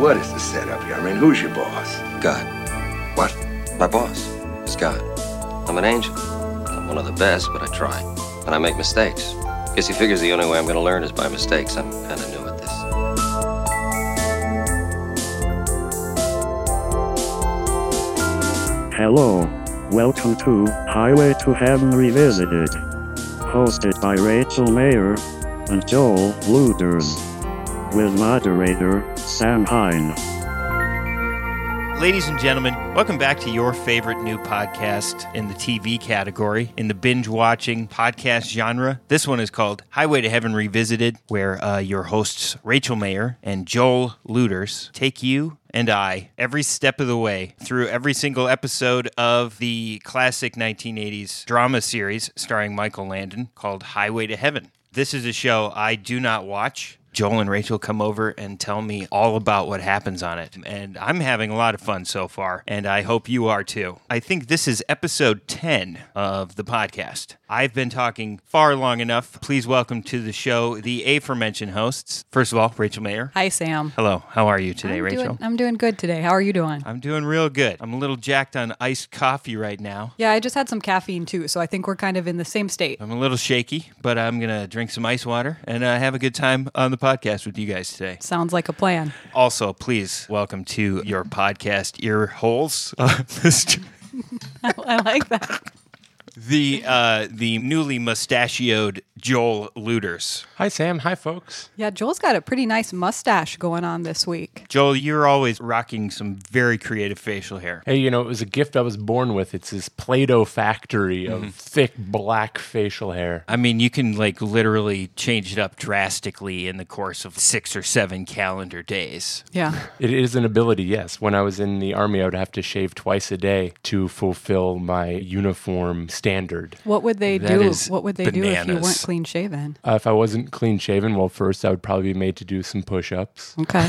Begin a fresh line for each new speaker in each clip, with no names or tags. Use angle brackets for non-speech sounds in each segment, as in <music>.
what is the setup here? I mean, who's your boss?
God.
What?
My boss is God. I'm an angel. I'm one of the best, but I try. And I make mistakes. Guess he figures the only way I'm going to learn is by mistakes. I'm kind of new at this.
Hello. Welcome to Highway to Heaven Revisited. Hosted by Rachel Mayer and Joel Luders. With moderator Sam Hine.
Ladies and gentlemen, welcome back to your favorite new podcast in the TV category, in the binge watching podcast genre. This one is called Highway to Heaven Revisited, where uh, your hosts, Rachel Mayer and Joel Luders, take you and I every step of the way through every single episode of the classic 1980s drama series starring Michael Landon called Highway to Heaven. This is a show I do not watch. Joel and Rachel come over and tell me all about what happens on it. And I'm having a lot of fun so far, and I hope you are too. I think this is episode 10 of the podcast. I've been talking far long enough. Please welcome to the show the aforementioned hosts. First of all, Rachel Mayer.
Hi, Sam.
Hello. How are you today,
I'm
Rachel?
Doing, I'm doing good today. How are you doing?
I'm doing real good. I'm a little jacked on iced coffee right now.
yeah, I just had some caffeine too, so I think we're kind of in the same state.
I'm a little shaky, but I'm going to drink some ice water and uh, have a good time on the podcast with you guys today.
Sounds like a plan. <laughs>
Also, please welcome to your podcast ear holes, <laughs> uh, Mr.
I like that.
the uh, the newly mustachioed Joel Luders.
Hi, Sam. Hi, folks.
Yeah, Joel's got a pretty nice mustache going on this week.
Joel, you're always rocking some very creative facial hair.
Hey, you know, it was a gift I was born with. It's this Play Doh factory of thick black facial hair.
I mean, you can like literally change it up drastically in the course of six or seven calendar days. <laughs>
Yeah.
It is an ability, yes. When I was in the army, I would have to shave twice a day to fulfill my uniform standard.
What would they
That
do?
is
What would they do if you weren't
bananas.
clean shaven?
Uh, if I wasn't clean shaven, well, first I would probably be made to do some push ups.
<laughs>
Okay.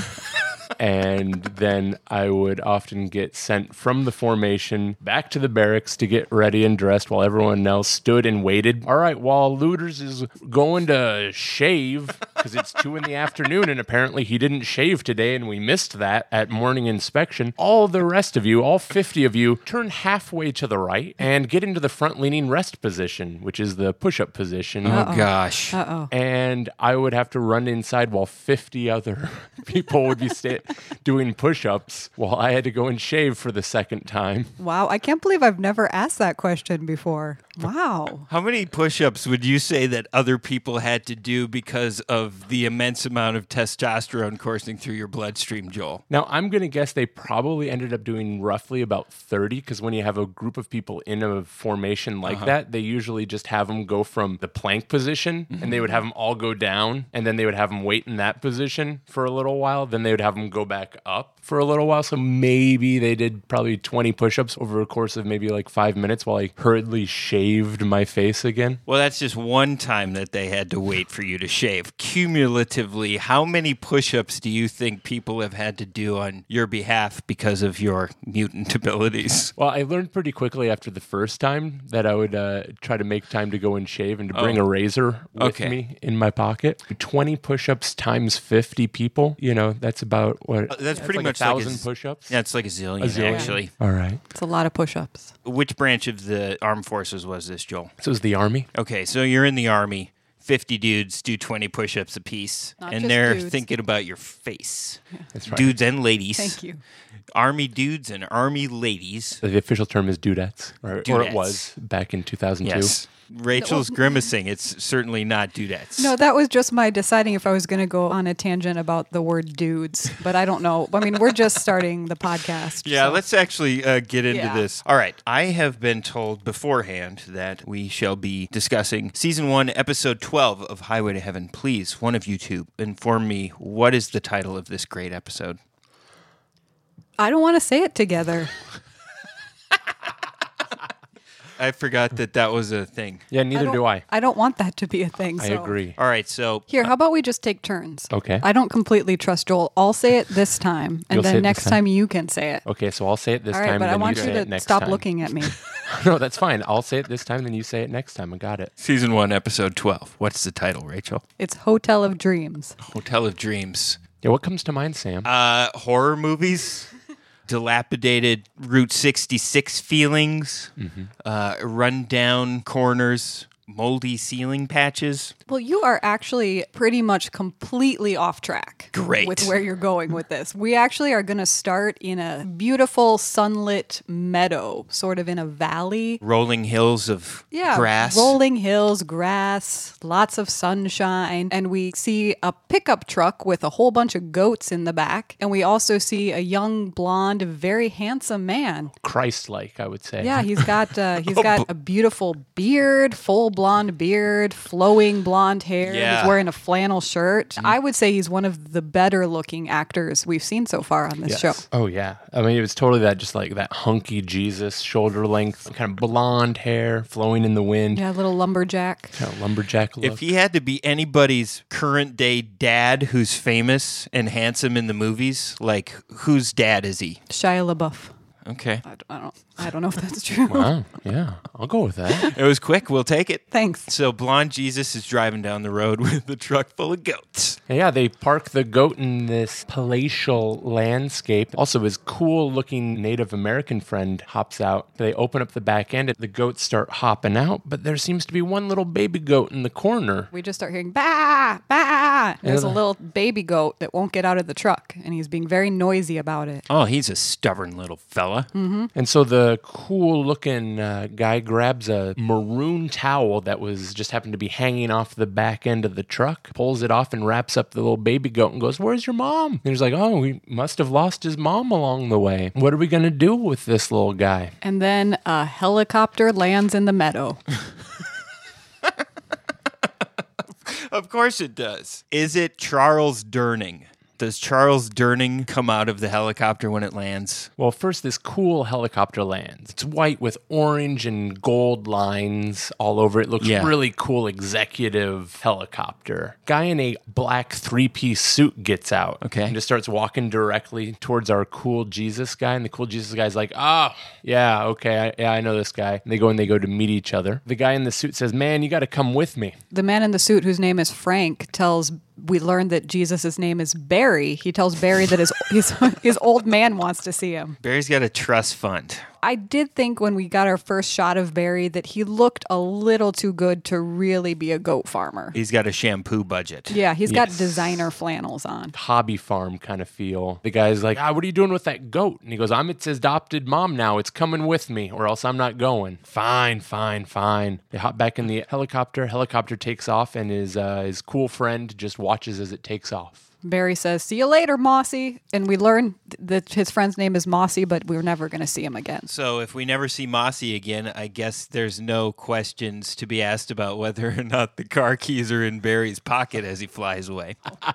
and then I would often get sent from the formation back to the barracks to get ready and dressed while everyone else stood and waited. All right, while Luders is going to shave because it's two in the afternoon and apparently he didn't shave today and we missed that at morning inspection, all the rest of you, all 50 of you, turn halfway to the right and get into the front leaning rest position, which is the push up position
Oh gosh.
and I would have to run inside while 50 other <laughs> people would be sta- <laughs> doing push ups while I had to go and shave for the second time.
wow, I can't believe I've never asked that question before. Wow.
How many push ups would you say that other people had to do because of the immense amount of testosterone coursing through your bloodstream, Joel?
Now, I'm going to guess they probably ended up doing roughly about 30 because when you have a group of people in a formation like that, they usually just have them go from the plank position and they would have them all go down and then they would have them wait in that position for a little while. Then they would have them go back up for a little while. So maybe they did probably 20 push ups over a course of maybe like five minutes while I hurriedly shaved my face again.
Well, that's just one time that they had to wait for you to shave. Cumulatively, how many push ups do you think people have had to do on your behalf because of your mutant <laughs> abilities?
Well, I learned pretty quickly after the first time that I would uh, try to make time to go and shave and to bring a razor with
Okay.
me in my pocket. 20 push ups times 50 people, you know, that's about what?
That's pretty
like
much
a
like a
thousand
z-
push ups.
That's like a zillion,
A zillion.
actually.
All right.
It's a lot of push ups.
Which branch of the armed forces was this, Joel?
So is the army.
Okay, so you're in the army. 50 dudes do 20 push ups apiece,
Not
and
just
they're
dudes.
thinking about your face.
That's right.
Dudes and ladies.
Thank you.
Army dudes and army ladies.
The official term is dudettes, or, or
Dudettes.
it was back in 2002.
<laughs>
Rachel's grimacing. It's certainly not dudettes.
No, that was just my deciding if I was going to go on a tangent about the word dudes, but I don't know. I mean, we're just starting the podcast.
Yeah,
so-
let's actually uh, get into
Yeah.
this. All right. I have been told beforehand that we shall be discussing season one, episode 12 of Highway to Heaven. Please, one of you two, inform me what is the title of this great episode?
I don't want to say it together.
I forgot that that was a thing.
Yeah, neither
don't-
do I.
I don't want that to be a thing.
I
so-
agree. Uh,
All right. So
Here, how about we just take turns?
Okay.
I don't completely trust Joel. I'll say it this time, and
You'll say it
then
this
next
time?
time you can say it.
Okay, so I'll say it this
All right,
time.
but
and
I
then
want
you,
you
say it
to
next
stop
time.
looking at me.
<laughs> no, that's fine. I'll say it this time, then you say it next time. I got it.
Season one, episode 12. What's the title, Rachel?
It's Hotel of Dreams.
Hotel of Dreams.
Yeah, what comes to mind, Sam?
Uh,
<laughs>
horror movies, dilapidated Route 66 feelings, uh, rundown corners, moldy ceiling patches.
Well, you are actually pretty much completely off track.
Great.
With where you're going with this. We actually are going to start in a beautiful sunlit meadow, sort of in a valley.
Rolling hills of
Yeah.
grass.
Rolling hills, grass, lots of sunshine. And we see a pickup truck with a whole bunch of goats in the back. And we also see a young, blonde, very handsome man.
Christ like, I would say.
Yeah, he's got uh, he's got a beautiful beard, full blonde beard, flowing blonde hair.
Yeah.
He's wearing a flannel shirt. I would say he's one of the better looking actors we've seen so far on this
Yes.
show.
Oh yeah. I mean, it was totally that, just like that hunky Jesus, shoulder length, kind of blonde hair flowing in the wind,
Yeah, little lumberjack.
kind of lumberjack look.
If he had to be anybody's current day dad who's famous and handsome in the movies, like whose dad is he?
Shia LaBeouf.
Okay.
I don't, I don't, I don't know if that's true.
oh yeah, I'll go with
<laughs>
that.
It was quick. We'll take it.
<laughs> Thanks.
So blonde Jesus is driving down the road <laughs> with a truck full of goats.
And yeah, they park the goat in this palatial landscape. Also, his cool looking Native American friend hops out. They open up the back end, and the goats start hopping out, but there seems to be one little baby goat in the corner.
We just start hearing bah bah. There's a
the-
little baby goat that won't get out of the truck, and he's being very noisy about it.
Oh, he's a stubborn little fella.
And so the cool looking uh, guy grabs a maroon towel that was just happened to be hanging off the back end of the truck, pulls it off, and wraps up the little baby goat and goes, Where's your mom? And he's like, Oh, we must have lost his mom along the way. What are we going to do with this little guy?
And then a helicopter lands in the meadow.
Of course it does. Is it Charles Durning? Does Charles Durning come out of the helicopter when it lands?
Well, first, this cool helicopter lands. It's white with orange and gold lines all over. It looks
Yeah.
really cool, executive helicopter. Guy in a black three piece suit gets out.
Okay.
And just starts walking directly towards our cool Jesus guy. And the cool Jesus guy's like, oh, yeah, okay. I, yeah, I know this guy. And they go and they go to meet each other. The guy in the suit says, man, you got to come with me.
The man in the suit, whose name is Frank, tells we learned that Jesus' name is Barry. He tells Barry that his <laughs> his, his old man wants to see him.
Barry's got a trust fund.
I did think when we got our first shot of Barry that he looked a little too good to really be a goat farmer.
He's got a shampoo budget.
Yeah, he's got designer flannels on.
hobby farm kind of feel. The guy's like, ah, what are you doing with that goat? And he goes, I'm its adopted mom now. It's coming with me, or else I'm not going. Fine, fine, fine. They hop back in the helicopter. Helicopter takes off, and his uh, his cool friend just watches as it takes off.
Barry says, "See you later, Mossy," and we learn th- that his friend's name is Mossy, but we're never going to see him again.
So if we never see Mossy again, I guess there's no questions to be asked about whether or not the car keys are in Barry's pocket as he flies away.
<laughs>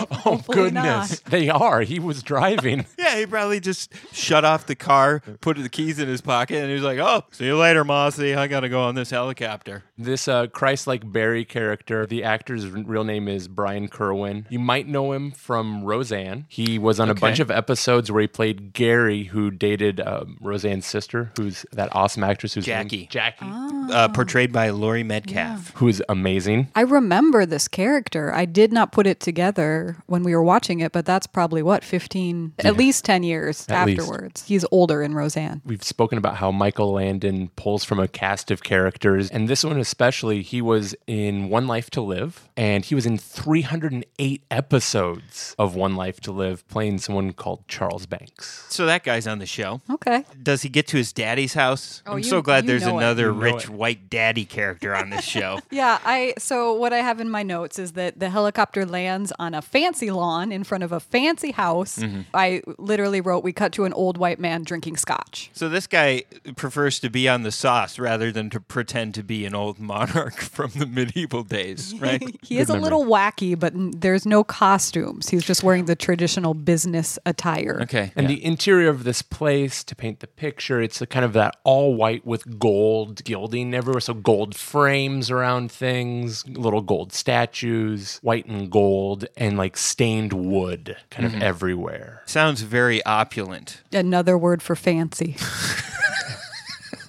Oh
Hopefully not.
they are. He was driving.
Yeah, he probably just shut off the car, put the keys in his pocket, and he was like, "Oh, see you later, Mossy. I gotta go on this helicopter."
This uh, Christ-like Barry character, the actor's r- real name is Brian Kerwin. You might know him from Roseanne. He was on a bunch of episodes where he played Gary, who dated um, Roseanne's sister, who's that awesome actress who's
Jackie.
Jackie,
Uh, portrayed by Laurie Metcalf.
who is amazing.
I remember this character. I did not put it together when we were watching it, but that's probably what 15 at least 10 years
At least.
afterwards. He's older in Roseanne.
We've spoken about how Michael Landon pulls from a cast of characters, and this one especially. He was in One Life to Live, and he was in 308 episodes of One Life to Live, playing someone called Charles Banks.
So that guy's on the show.
Okay.
Does he get to his daddy's house?
Oh,
I'm
you-
so glad
you
there's
know it.
another
You know
rich
it.
white daddy character on
<laughs>
this show.
Yeah, I so what I have in my notes is that the helicopter lands on a fancy lawn in front of a fancy house.
Mm-hmm.
I literally wrote we cut to an old white man drinking scotch.
so this guy prefers to be on the sauce rather than to pretend to be an old monarch <laughs> from the medieval days,
<laughs>
right?
He is a little wacky, but n- there's no costumes. He's just wearing the traditional business attire.
okay.
And the interior of this place, to paint the picture, it's a kind of that all white with gold gilding everywhere. So gold frames around things, little gold statues, white and gold, and like stained wood kind of everywhere.
Sounds very opulent.
Another word for fancy.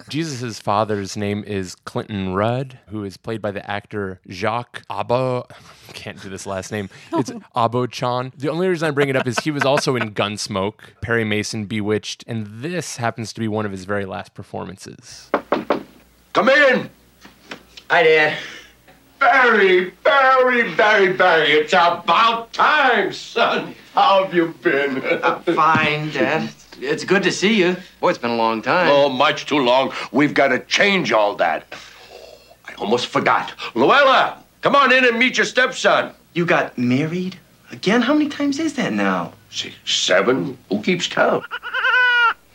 Jesus' father's name is Clinton Rudd, who is played by the actor Jacques Abo. <laughs> Can't do this last name. It's Abo Chan. The only reason I bring it up is he was also in Gunsmoke, Perry Mason, Bewitched, and this happens to be one of his very last performances.
Come in!
Hi, Dad.
Barry, Barry, Barry, Barry, it's about time, son. How have you been?
Uh, Fine, Dad. It's good to see you. Boy, it's been a long time.
oh, much too long. We've got to change all that. I almost forgot. Luella, come on in and meet your stepson.
You got married? Again? How many times is that now?
Six, seven? Who keeps count?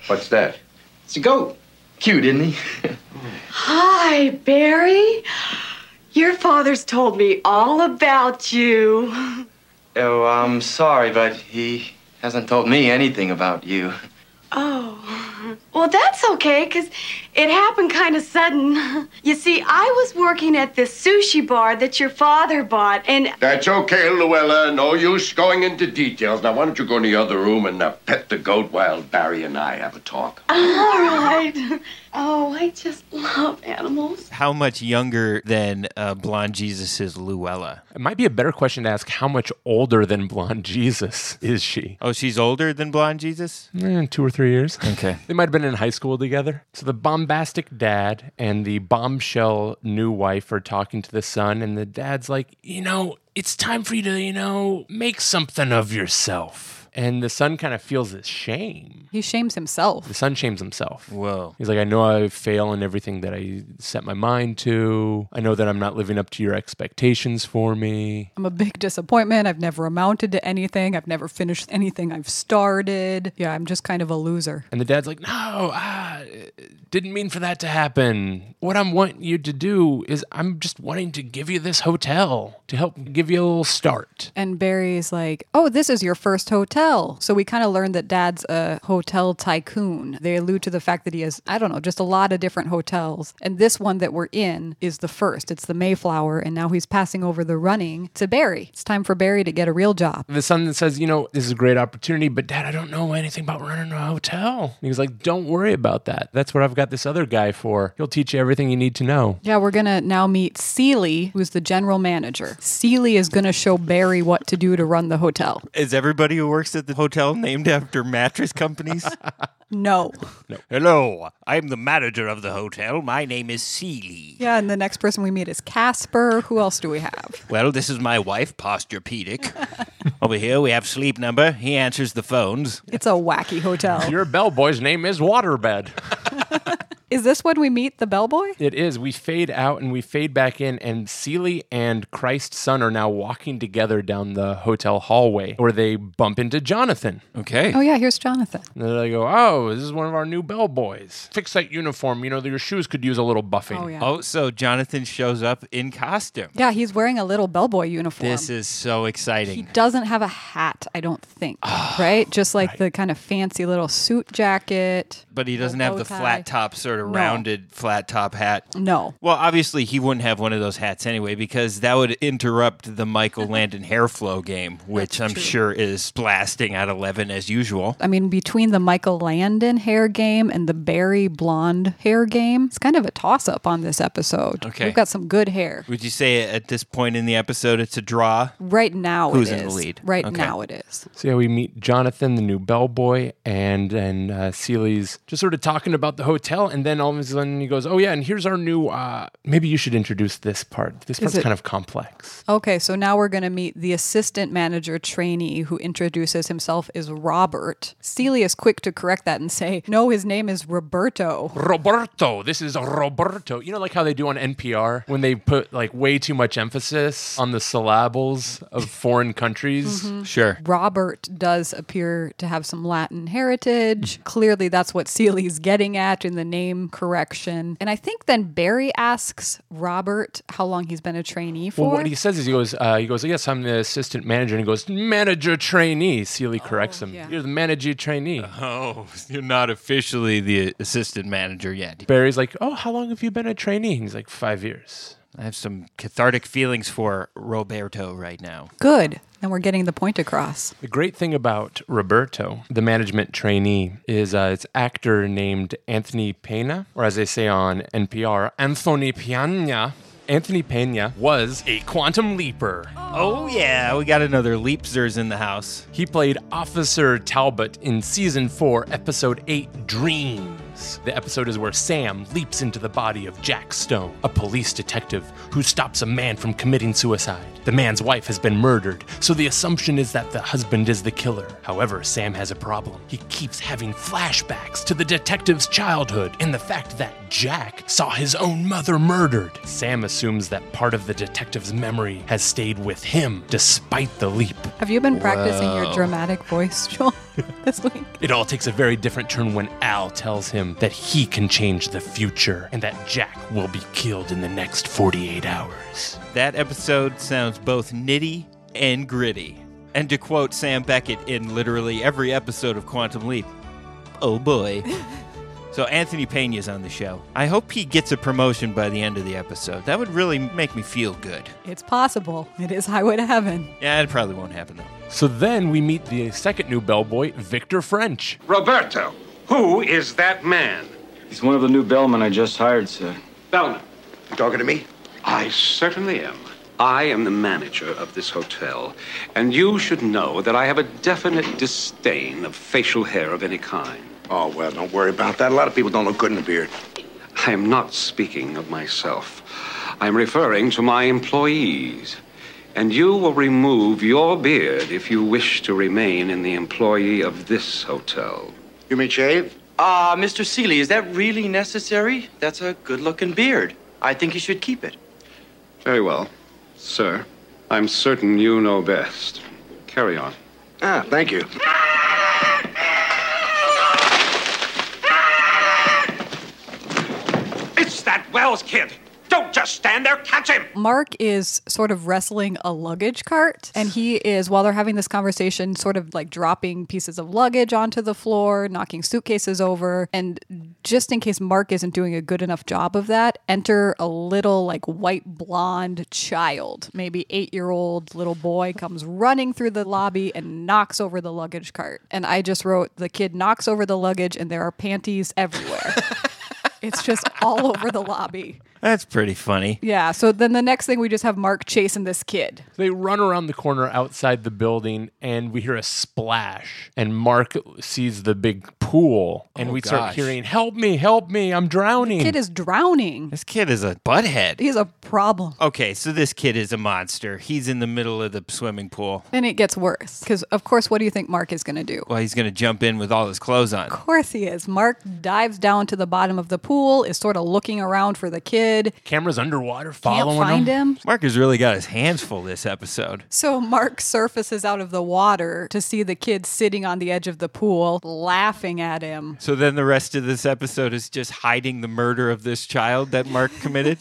What's that?
It's a goat. Cute, isn't he?
Hi, Barry. Your father's told me all about you.
oh, I'm sorry, but he hasn't told me anything about you.
Oh, well, that's okay, 'cause it happened kind of sudden. You see, I was working at this sushi bar that your father bought,
<laughs>
and <laughs>
That's okay, Luella. No use going into details. Now, why don't you go in the other room and uh, pet the goat while Barry and I have a talk?
all right. Oh, I just love animals.
How much younger than uh, Blonde Jesus is Luella?
It might be a better question to ask how much older than blonde Jesus is she?
Oh, she's older than Blonde Jesus?
Eh, two or three years. <laughs>
Okay.
They might have been in high school together. So the bombastic dad and the bombshell new wife are talking to the son, and the dad's like, you know, it's time for you to, you know, make something of yourself. And the son kind of feels this shame.
He shames himself.
The son shames himself.
Whoa.
He's like, I know I fail in everything that I set my mind to. I know that I'm not living up to your expectations for me.
I'm a big disappointment. I've never amounted to anything. I've never finished anything I've started. Yeah, I'm just kind of a loser.
And the dad's like, "No, ah, didn't mean for that to happen. What I'm wanting you to do is, I'm just wanting to give you this hotel to help give you a little start."
And Barry's like, oh, this is your first hotel. So we kind of learned that dad's a hotel tycoon. They allude to the fact that he has, I don't know, just a lot of different hotels. And this one that we're in is the first. It's the Mayflower. And now he's passing over the running to Barry. It's time for Barry to get a real job.
The son says, "You know, this is a great opportunity, but Dad, I don't know anything about running a hotel." And he's like, "Don't worry about that. That's what I've got this other guy for. He'll teach you everything you need to know."
Yeah, we're going to now meet Seely, who's the general manager. Seely is going to show Barry what to do to run the hotel.
Is everybody who works at the hotel named after mattress companies?
No.
<laughs> Hello, I'm the manager of the hotel. My name is Seely.
Yeah, and the next person we meet is Casper. Who else do we have?
Well, this is my wife, Posture Pedic. Over here, we have Sleep Number. He answers the phones.
It's a wacky hotel.
Your bellboy's name is Waterbed.
Is this when we meet the bellboy?
It is. We fade out and we fade back in, and Seely and Christ's son are now walking together down the hotel hallway where they bump into Jonathan.
Okay.
Oh, yeah, here's Jonathan.
And they go, Oh, this is one of our new bellboys. Fix that uniform. You know, your shoes could use a little buffing.
Oh, yeah.
Oh, so Jonathan shows up in costume.
Yeah, he's wearing a little bellboy uniform.
This is so
He
exciting.
doesn't have a hat, I don't think.
Ah,
right? Just like the kind of fancy little suit jacket.
But he doesn't
No
have the
bow tie.
flat top, sort of rounded flat top hat.
No.
Well, obviously, he wouldn't have one of those hats anyway because that would interrupt
<laughs>
the Michael Landon hair flow game, which I'm sure is blasting at 11 as usual.
I mean, between the Michael Landon hair game and the Barry blonde hair game, it's kind of a toss up on this episode.
Okay.
We've got some good hair.
Would you say at this point in the episode it's a draw?
Right now,
Who's
it is.
in the lead?
Right
Okay.
now, it is.
So, yeah, we meet Jonathan, the new bellboy, and then uh, Seely's just sort of talking about the hotel. And then all of a sudden he goes, Oh, yeah, and here's our new. Uh, maybe you should introduce this part. This part's
it-
kind of complex.
Okay, so now we're going to meet the assistant manager trainee who introduces himself as Robert. Celia is quick to correct that and say, no, his name is Roberto.
Roberto. This is Roberto. You know, like how they do on NPR when they put like way too much emphasis on the syllables of foreign countries.
Mm-hmm.
Sure.
Robert does appear to have some Latin heritage.
Mm.
Clearly, that's what Seely's getting at in the name correction. And I think then Barry asks Robert how long he's been a trainee for.
Well, what he says is he goes, uh, he goes, yes, I'm the assistant manager. And he goes, manager trainee. Seely corrects him. You're the manager trainee.
Oh, <laughs> you're not officially the assistant manager yet.
Barry's like, oh, how long have you been a trainee? And he's like, five years.
I have some cathartic feelings for Roberto right now.
Good. And we're getting the point across.
The great thing about Roberto, the management trainee, is uh, it's actor named Anthony Pena, or as they say on NPR, Anthony Piana. Anthony Pena was a quantum leaper.
Oh, yeah, we got another leapsters in the house.
He played Officer Talbot in season 4, episode 8, Dreams. The episode is where Sam leaps into the body of Jack Stone, a police detective who stops a man from committing suicide. The man's wife has been murdered, so the assumption is that the husband is the killer. However, Sam has a problem. He keeps having flashbacks to the detective's childhood and the fact that Jack saw his own mother murdered. Sam assumes that part of the detective's memory has stayed with him despite the leap.
Have you been practicing your dramatic voice, Joel, <laughs> this week?
It all takes a very different turn when Al tells him that he can change the future and that Jack will be killed in the next 48 hours.
That episode sounds both nitty and gritty. And to quote Sam Beckett in literally every episode of Quantum Leap, oh boy. so Anthony Pena's on the show. I hope he gets a promotion by the end of the episode. That would really make me feel good.
It's possible. It is Highway to Heaven.
Yeah, it probably won't happen though.
So then we meet the second new bellboy, Victor French.
Roberto, who is that man?
He's one of the new bellmen I just hired, sir.
Bellman,
You talking to me?
I certainly am. I am the manager of this hotel, and you should know that I have a definite disdain of facial hair of any kind.
Oh, well, don't worry about that. A lot of people don't look good in a beard.
I am not speaking of myself. I'm referring to my employees. And you will remove your beard if you wish to remain in the employee of this hotel.
You mean shave?
Ah, Mr. Seeley, is that really necessary? That's a good looking beard. I think you should keep it.
Very well, sir. I'm certain you know best. Carry on.
Ah, thank you.
It's that Wells kid! Don't just stand there, catch him!
Mark is sort of wrestling a luggage cart, and he is, while they're having this conversation, sort of like dropping pieces of luggage onto the floor, knocking suitcases over. And just in case Mark isn't doing a good enough job of that, enter a little like white blonde child, maybe eight year old little boy, comes running through the lobby and knocks over the luggage cart. And I just wrote, the kid knocks over the luggage, and there are panties everywhere. It's just all over the lobby.
That's pretty funny.
Yeah. So then the next thing we just have Mark chasing this kid.
They run around the corner outside the building and we hear a splash and Mark sees the big pool and
Oh,
we
gosh.
start hearing, "Help me, help me, I'm drowning."
Kid is drowning.
This kid is a butthead.
He's a problem.
Okay, so this kid is a monster. He's in the middle of the swimming pool.
And it gets worse. Because, of course, what do you think Mark is going to do?
Well, he's going to jump in with all his clothes on.
Of course he is. Mark dives down to the bottom of the pool, is sort of looking around for the kid,
Cameras underwater
can't
following
find
him.
him.
Mark has really got his hands full this episode.
So Mark surfaces out of the water to see the kid sitting on the edge of the pool, laughing at him.
So then the rest of this episode is just hiding the murder of this child that Mark committed.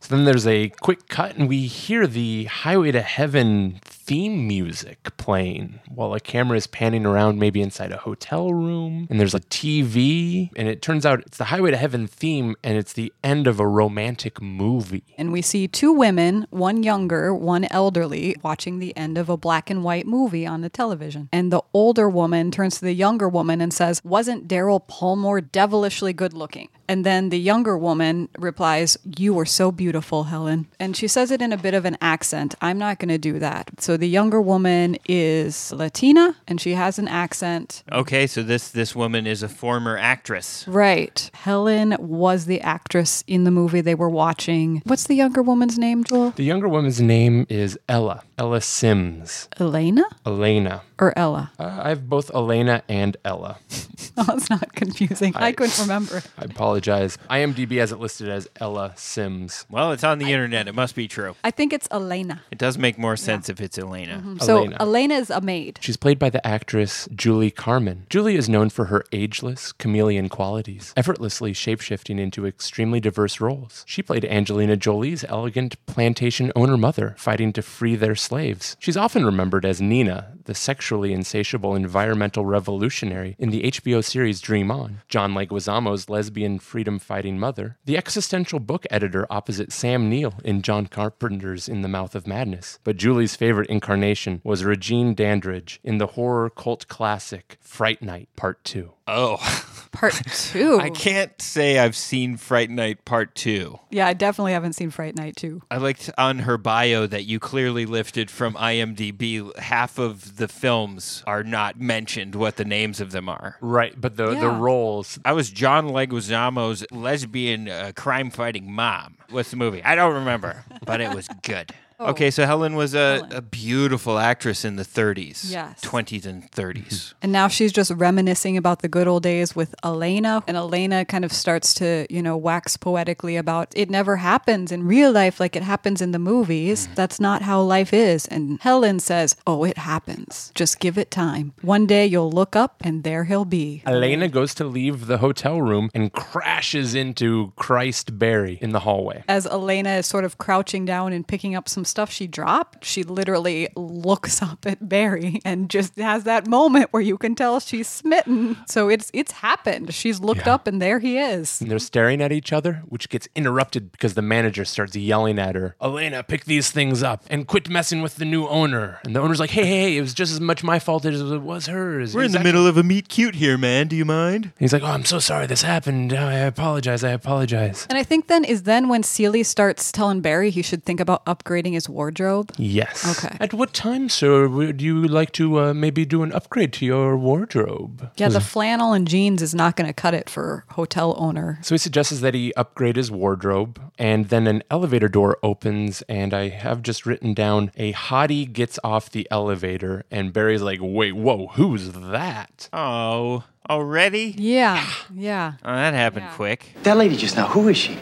So then there's a quick cut, and we hear the Highway to Heaven theme music playing while a camera is panning around, maybe inside a hotel room. And there's a TV, and it turns out it's the Highway to Heaven theme, and it's the end of a romantic movie.
And we see two women, one younger, one elderly, watching the end of a black and white movie on the television. And the older woman turns to the younger woman and says, Wasn't Daryl Palmore devilishly good looking? And then the younger woman replies, You were so beautiful, Helen. And she says it in a bit of an accent. I'm not going to do that. So the younger woman is Latina and she has an accent.
okay, so this this woman is a former actress.
Right. Helen was the actress in the movie they were watching. What's the younger woman's name, Joel?
The younger woman's name is Ella, Ella Sims,
Elena
Elena.
or Ella?
Uh, I have both Elena and Ella.
<laughs> Oh, it's not confusing. I, couldn't remember.
I apologize. IMDb has it listed as Ella Sims.
Well, it's on the internet. It must be true.
I think it's Elena.
It does make more sense if it's Elena.
So
Elena.
Elena is a maid.
She's played by the actress Julie Carmen. Julie is known for her ageless, chameleon qualities, effortlessly shapeshifting into extremely diverse roles. She played Angelina Jolie's elegant plantation owner mother, fighting to free their slaves. She's often remembered as Nina, the sexually insatiable environmental revolutionary in the HBO series Dream On, John Leguizamo's lesbian freedom fighting mother, the existential book editor opposite Sam Neill in John Carpenter's In the Mouth of Madness. But Julie's favorite incarnation was Regine Dandridge in the horror cult classic Fright Night Part 2.
Oh, <laughs>
Part two.
I can't say I've seen Fright Night Part 2.
Yeah, I definitely haven't seen Fright Night 2.
I liked on her bio that you clearly lifted from IMDb. Half of the films are not mentioned what the names of them are.
Right, but the, the
Yeah.
roles.
I was John Leguizamo's lesbian uh, crime fighting mom. What's the movie? I don't remember, <laughs> but it was good.
Oh.
Okay, so Helen was a, a beautiful actress in the 30s.
Yes.
20s and 30s.
And now she's just reminiscing about the good old days with Elena. And Elena kind of starts to, you know, wax poetically about it never happens in real life like it happens in the
Mm.
movies. That's not how life is. And Helen says, Oh, it happens. Just give it time. One day you'll look up and there he'll be.
Elena goes to leave the hotel room and crashes into Christ Barry in the hallway.
As Elena is sort of crouching down and picking up some stuff she dropped, she literally looks <laughs> up at Barry and just has that moment where you can tell she's smitten. So it's it's happened. She's looked up and there he is.
And they're staring at each other, which gets interrupted because the manager starts yelling at her, Elena, pick these things up and quit messing with the new owner. And the owner's like, hey, hey, hey, it was just as much my fault as it was hers.
<laughs> We're in
He's
the
act-
middle of a meet cute here, man. Do you mind?
He's like, oh, I'm so sorry this happened. I apologize. I apologize.
And I think then is then when Seely starts telling Barry he should think about upgrading his wardrobe.
Yes.
Okay.
At what time, sir, would you like to uh, maybe do an upgrade to your wardrobe?
Yeah, the flannel and jeans is not going to cut it for hotel owner.
So he suggests that he upgrade his wardrobe, and then an elevator door opens, and I have just written down a hottie gets off the elevator, and Barry's like, "Wait, whoa, who's that?"
Oh, already?
Yeah, yeah.
Oh, that happened quick.
That lady just now, who is she?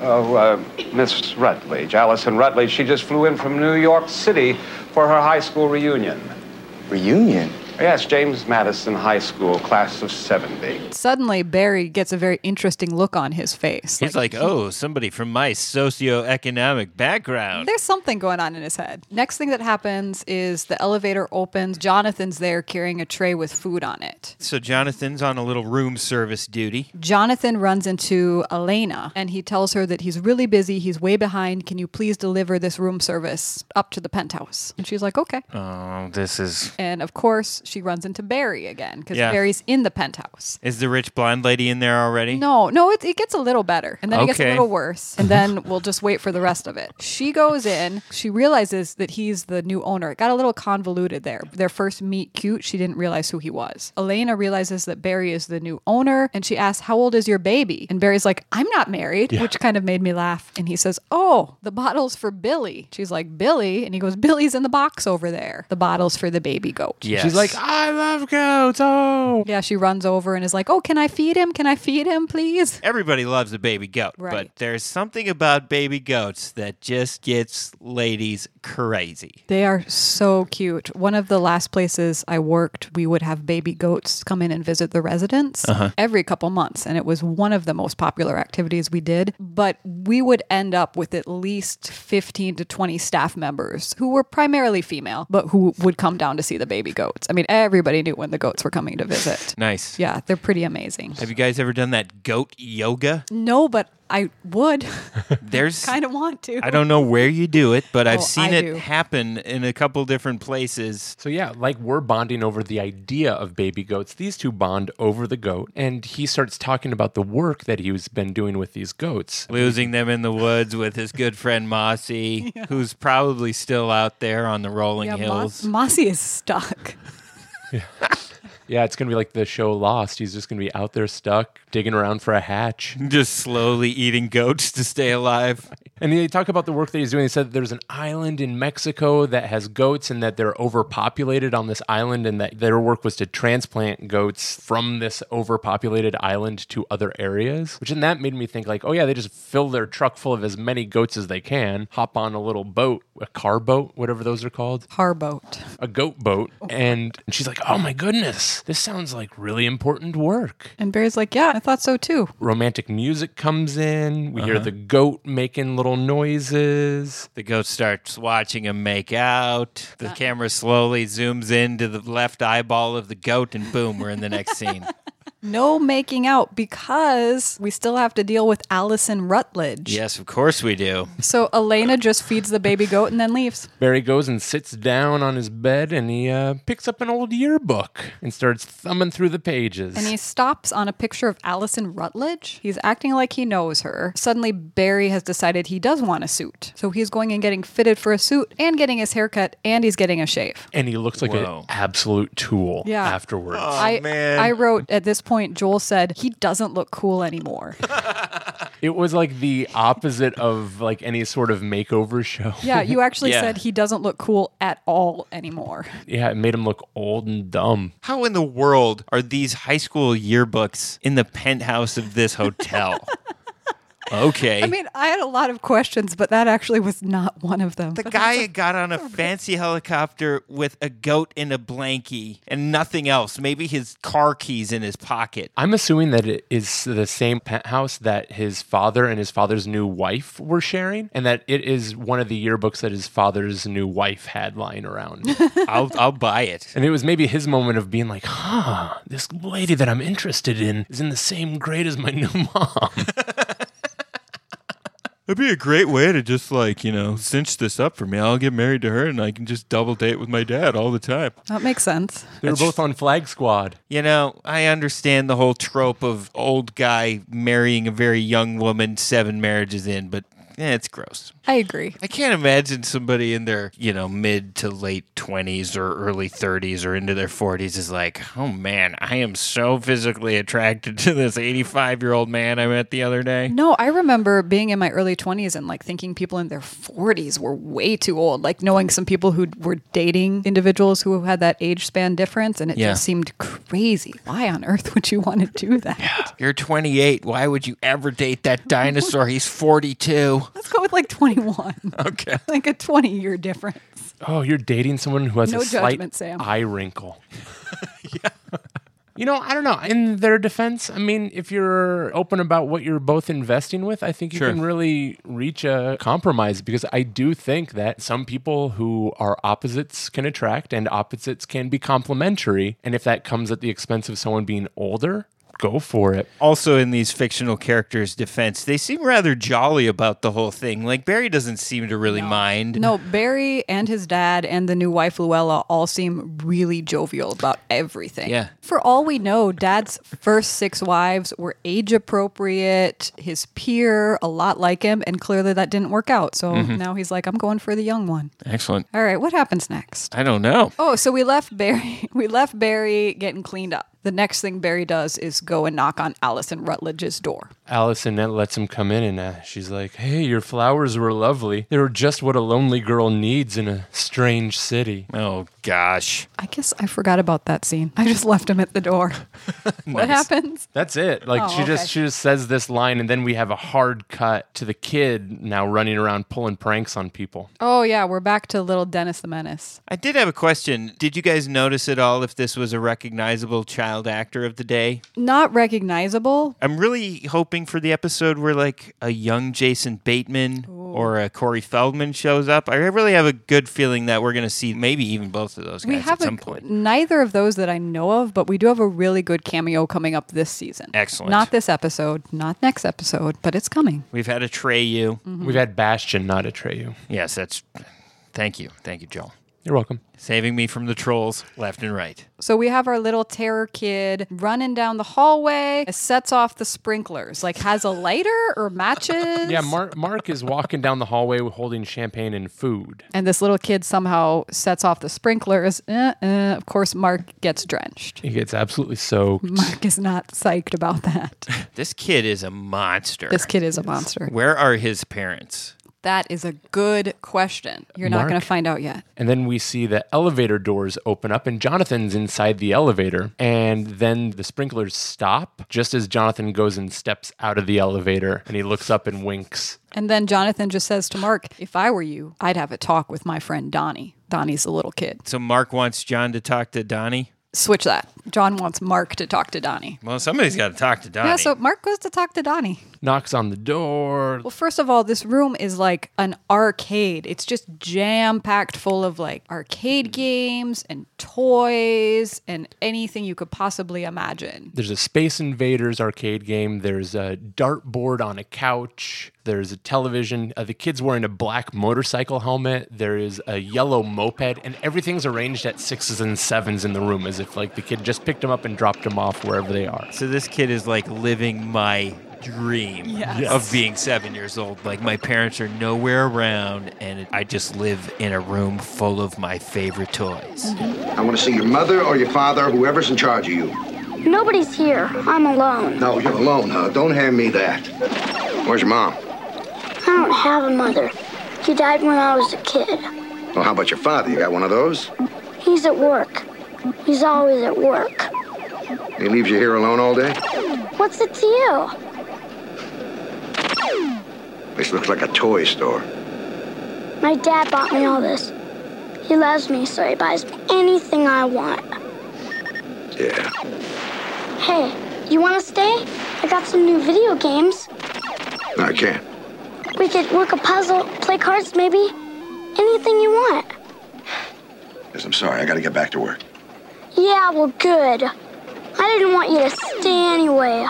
Oh, uh, Miss Rutledge, Allison Rutledge, she just flew in from New York City for her high school reunion.
Reunion.
Yes, James Madison High School, class of 70.
Suddenly Barry gets a very interesting look on his face.
He's like, oh, somebody from my socioeconomic background.
There's something going on in his head. Next thing that happens is the elevator opens. Jonathan's there carrying a tray with food on it.
So Jonathan's on a little room service duty.
Jonathan runs into Elena and he tells her that he's really busy. He's way behind. Can you please deliver this room service up to the penthouse? And she's like, okay.
Oh, this is.
And of course, she runs into Barry again because
Yeah.
Barry's in the penthouse.
Is the rich blonde lady in there already?
No, no, it, it gets a little better. And then it gets a
Okay.
little worse. And then we'll just wait for the rest of it. She goes in. She realizes that he's the new owner. It got a little convoluted there. Their first meet cute, she didn't realize who he was. Elena realizes that Barry is the new owner. And she asks, How old is your baby? And Barry's like, I'm not married, which kind of made me laugh. And he says, Oh, the bottle's for Billy. She's like, Billy? And he goes, Billy's in the box over there. The bottle's for the baby goat.
Yes.
She's like, "I love goats." Oh,
Yeah, she runs over and is like, "Oh, can I feed him? Can I feed him, please?"
Everybody loves a baby goat,
Right.
but there's something about baby goats that just gets ladies crazy.
They are so cute. One of the last places I worked, we would have baby goats come in and visit the residents
Uh-huh.
every couple months, and it was one of the most popular activities we did. But we would end up with at least 15 to 20 staff members who were primarily female, but who would come down to see the baby goats. I mean, everybody knew when the goats were coming to visit.
<laughs> Nice.
Yeah, they're pretty amazing.
Have you guys ever done that goat yoga?
No, but I would <laughs>
There's
kind of want to.
I don't know where you do it, but I've
Oh,
seen
I
it
do.
happen in a couple different places.
So yeah, like we're bonding over the idea of baby goats. These two bond over the goat, and he starts talking about the work that he's been doing with these goats.
Losing them in the woods with his good friend Mossy,
<laughs>
who's probably still out there on the rolling
Yeah,
hills.
Mo- Mossy is stuck.
Yeah, it's gonna be like the show Lost. He's just gonna be out there stuck, digging around for a hatch.
just slowly eating goats to stay alive.
And they talk about the work that he's doing. He said there's an island in Mexico that has goats and that they're overpopulated on this island, and that their work was to transplant goats from this overpopulated island to other areas. Which and that made me think like, oh yeah, they just fill their truck full of as many goats as they can, hop on a little boat, a car boat, whatever those are called,
Harboat.
a goat boat, and she's like, oh my goodness, this this sounds like really important work.
And Barry's like, yeah, I thought so too.
Romantic music comes in. We hear the goat making little noises.
The goat starts watching him make out. The camera slowly zooms in to the left eyeball of the goat, and boom, we're in the next <laughs> scene.
No making out because we still have to deal with Allison Rutledge.
Yes, of course we do.
So Elena just feeds the baby goat and then leaves.
Barry goes and sits down on his bed and he uh, picks up an old yearbook and starts thumbing through the pages.
And he stops on a picture of Allison Rutledge. He's acting like he knows her. Suddenly, Barry has decided he does want a suit. So he's going and getting fitted for a suit and getting his haircut and he's getting a shave.
And he looks like
Whoa.
an absolute tool
Yeah.
afterwards.
Oh,
I, I wrote at this point, Joel said, he doesn't look cool
<laughs>
anymore.
It was like the opposite of like any sort of makeover show.
Yeah, you actually
Yeah.
said he doesn't look cool at all anymore.
<laughs> Yeah, it made him look old and dumb.
How in the world are these high school yearbooks in the penthouse of this hotel? <laughs> okay.
I mean, I had a lot of questions, but that actually was not one of them.
the guy got on a fancy helicopter with a goat and a blankie and nothing else. Maybe his car keys in his pocket.
I'm assuming that it is the same penthouse that his father and his father's new wife were sharing, and that it is one of the yearbooks that his father's new wife had lying around.
I'll I'll buy it.
and it was maybe his moment of being like, huh, this lady that I'm interested in is in the same grade as my new <laughs> mom.
It'd be a great way to just like, you know, cinch this up for me. I'll get married to her and I can just double date with my dad all the time.
That makes sense.
they were both on Flag Squad.
You know, I understand the whole trope of old guy marrying a very young woman seven marriages in, but eh, it's gross.
I agree.
I can't imagine somebody in their, you know, mid to late 20s or early 30s or into their 40s is like, oh man, I am so physically attracted to this 85 year old man I met the other day.
No, I remember being in my early 20s and like thinking people in their 40s were way too old, like knowing some people who were dating individuals who had that age span difference, and it
Yeah.
just seemed crazy. Why on earth would you want to do that?
You're 28. Why would you ever date that dinosaur? He's 42.
Let's go with like 21,
Okay.
<laughs> like a 20 year difference.
Oh, you're dating someone who has
No
a slight
judgment, Sam.
eye wrinkle. You know, I don't know. In their defense, I mean, if you're open about what you're both investing with, I think you
Sure.
can really reach a compromise because I do think that some people who are opposites can attract and opposites can be complementary. And if that comes at the expense of someone being older, go for it.
also in these fictional characters' defense, they seem rather jolly about the whole thing. Like Barry doesn't seem to really mind.
No, Barry and his dad and the new wife Luella all seem really jovial about everything.
Yeah.
For all we know, dad's first six wives were age appropriate, his peer, a lot like him, and clearly that didn't work out. So now he's like, I'm going for the young one.
Excellent.
All right, what happens next?
I don't know.
Oh, so we left Barry <laughs> we left Barry getting cleaned up. The next thing Barry does is go and knock on Allison Rutledge's door.
Allison Annette lets him come in, and uh, she's like, Hey, your flowers were lovely. They were just what a lonely girl needs in a strange city.
Oh gosh.
I guess I forgot about that scene. I just left him at the door. What happens?
That's it. Like
Oh,
she just
okay.
she just says this line and then we have a hard cut to the kid now running around pulling pranks on people.
Oh yeah, we're back to little Dennis the Menace.
I did have a question. Did you guys notice at all if this was a recognizable child actor of the day?
Not recognizable.
I'm really hoping for the episode where like a young Jason Bateman or a Corey Feldman shows up. I really have a good feeling that we're going to see maybe even both of those guys
We have
at some
a,
point.
neither of those that I know of, but we do have a really good cameo coming up this season.
Excellent.
Not this episode, not next episode, but it's coming.
We've had a Treyu.
Mm-hmm.
We've had Bastion not betray you.
Yes, that's. Thank you, thank you, Joel.
You're welcome.
saving me from the trolls left and right.
So we have our little terror kid running down the hallway, sets off the sprinklers, like has a lighter or
<laughs>
matches.
Yeah, Mark Mark is walking down the hallway holding champagne and food.
and this little kid somehow sets off the sprinklers. Uh, uh, of course, Mark gets drenched.
He gets absolutely soaked.
Mark is not psyched about that.
This kid is a monster.
This kid is a monster.
Where are his parents?
That is a good question. You're not
Mark?
going to find out yet.
<laughs> And then we see the elevator doors open up and Jonathan's inside the elevator. And then the sprinklers stop just as Jonathan goes and steps out of the elevator and he looks up and winks.
And then Jonathan just says to Mark, If I were you, I'd have a talk with my friend Donnie. Donnie's the little kid.
So Mark wants John to talk to Donnie.
Switch that. John wants Mark to talk to Donnie.
Well, somebody's got to talk to Donnie.
Yeah, so Mark goes to talk to Donnie.
Knocks on the door.
Well, first of all, this room is like an arcade. It's just jam packed full of like arcade games and toys and anything you could possibly imagine.
There's a Space Invaders arcade game. There's a dartboard on a couch. There's a television. Uh, the kid's wearing a black motorcycle helmet. There is a yellow moped, and everything's arranged at sixes and sevens in the room, as if like the kid just picked them up and dropped them off wherever they are.
So this kid is like living my dream
Yes.
of being seven years old. Like my parents are nowhere around, and I just live in a room full of my favorite toys.
Mm-hmm.
I want to see your mother or your father, whoever's in charge of you.
Nobody's here. I'm alone.
No, you're alone, huh? Don't hand me that. Where's your mom?
I don't have a mother. She died when I was a kid.
Well, how about your father? You got one of those?
He's at work. He's always at work.
He leaves you here alone all day?
What's it to you?
This looks like a toy store.
My dad bought me all this. He loves me, so he buys me anything I want.
Yeah.
Hey, you want to stay? I got some new video games.
No, I can't.
We could work a puzzle, play cards maybe. Anything you want.
Yes, I'm sorry. I got to get back to work.
Yeah, well, good. I didn't want you to stay anyway.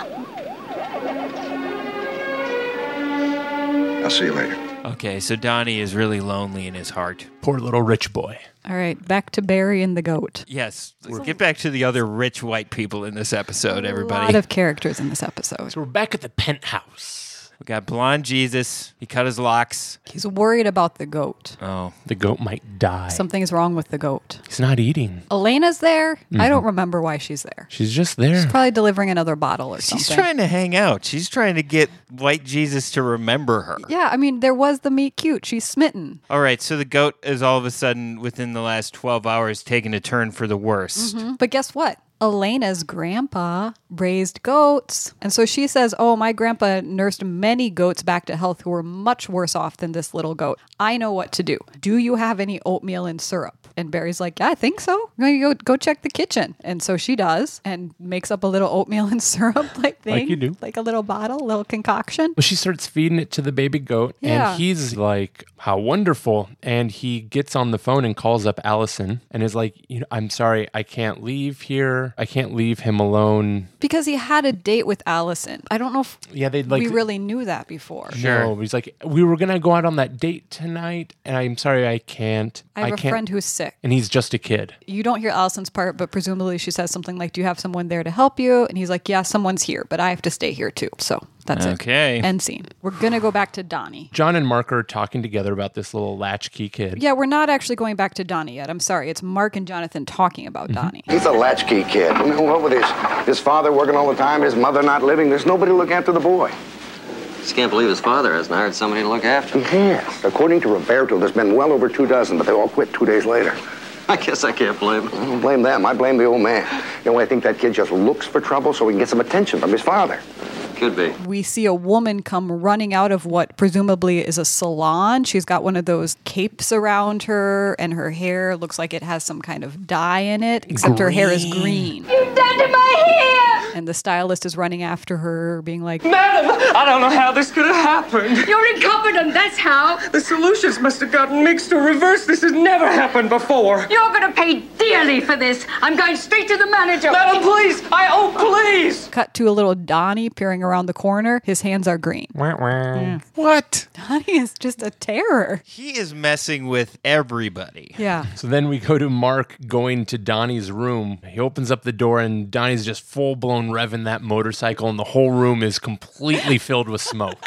I'll see you later.
Okay, so Donnie is really lonely in his heart.
Poor little rich boy.
All right, back to Barry and the goat.
Yes, let's get back to the other rich white people in this episode,
A
everybody.
lot of characters in this episode.
So we're back at the penthouse.
we got blonde Jesus. He cut his locks.
He's worried about the goat.
Oh,
The goat might die.
Something's wrong with the goat.
He's not eating.
Elena's there. I
Mm-hmm.
don't remember why she's there.
She's just there.
She's probably delivering another bottle or something.
she's trying to hang out. She's trying to get white Jesus to
<laughs>
remember her.
yeah, I mean, there was the meet cute. She's smitten.
All right, so the goat is all of a sudden within the last 12 hours taking a turn for the worst.
Mm-hmm.
But guess what? Elena's grandpa raised goats. And so she says, Oh, my grandpa nursed many goats back to health who were much worse off than this little goat. I know what to do. Do you have any oatmeal and syrup? And Barry's like, Yeah, I think so. I'm gonna go, go check the kitchen. And so she does and makes up a little oatmeal and <laughs> syrup like thing.
Like you do.
Like a little bottle, little concoction.
Well, she starts feeding it to the baby goat,
Yeah.
and he's like, "How wonderful!" And he gets on the phone and calls up Allison, and is like, "You know, I'm sorry, I can't leave here. I can't leave him alone."
Because he had a date with Allison. I don't know if
Yeah, they like
we really knew that before.
No, he's like, "We were gonna go out on that date tonight, and I'm sorry, I can't.
I have a
can't."
friend who's sick.
and he's just a kid.
you don't hear Allison's part, but presumably she says something like, Do you have someone there to help you? And he's like, Yeah, someone's here, but I have to stay here too. So that's
Okay.
it. End scene. We're going to go back to Donnie.
John and Mark are talking together about this little latchkey kid.
Yeah, we're not actually going back to Donnie yet. I'm sorry. It's Mark and Jonathan talking about Donnie.
He's a latchkey kid. I mean, What with his, his father working all the time, his mother not living, there's nobody to look after the boy.
Just can't believe his father hasn't hired somebody to look after him. <laughs>
Yes. According to Roberto, there's been well over two dozen, but they all quit two days later.
I guess I can't blame him.
I don't blame them. I blame the old man. You know, I think that kid just looks for trouble so he can get some attention from his father.
Mm, Could be.
we see a woman come running out of what presumably is a salon. She's got one of those capes around her, and her hair looks like it has some kind of dye in it, except her hair is green.
You've done to my hair!
And the stylist is running after her, being like,
Madam, I don't know how this could have happened.
You're incompetent, that's how.
The solutions must have gotten mixed or reversed. This has never happened before.
You're gonna pay dearly for this. I'm going straight to the manager.
Madam, please! I oh please!
Cut to a little Donnie peering around the corner. His hands are green. <laughs>
What?
Donnie is just a terror.
He is messing with everybody.
Yeah.
So then we go to Mark going to Donnie's room. He opens up the door and Donnie's just full blown revving that motorcycle, and the whole room is completely filled with smoke.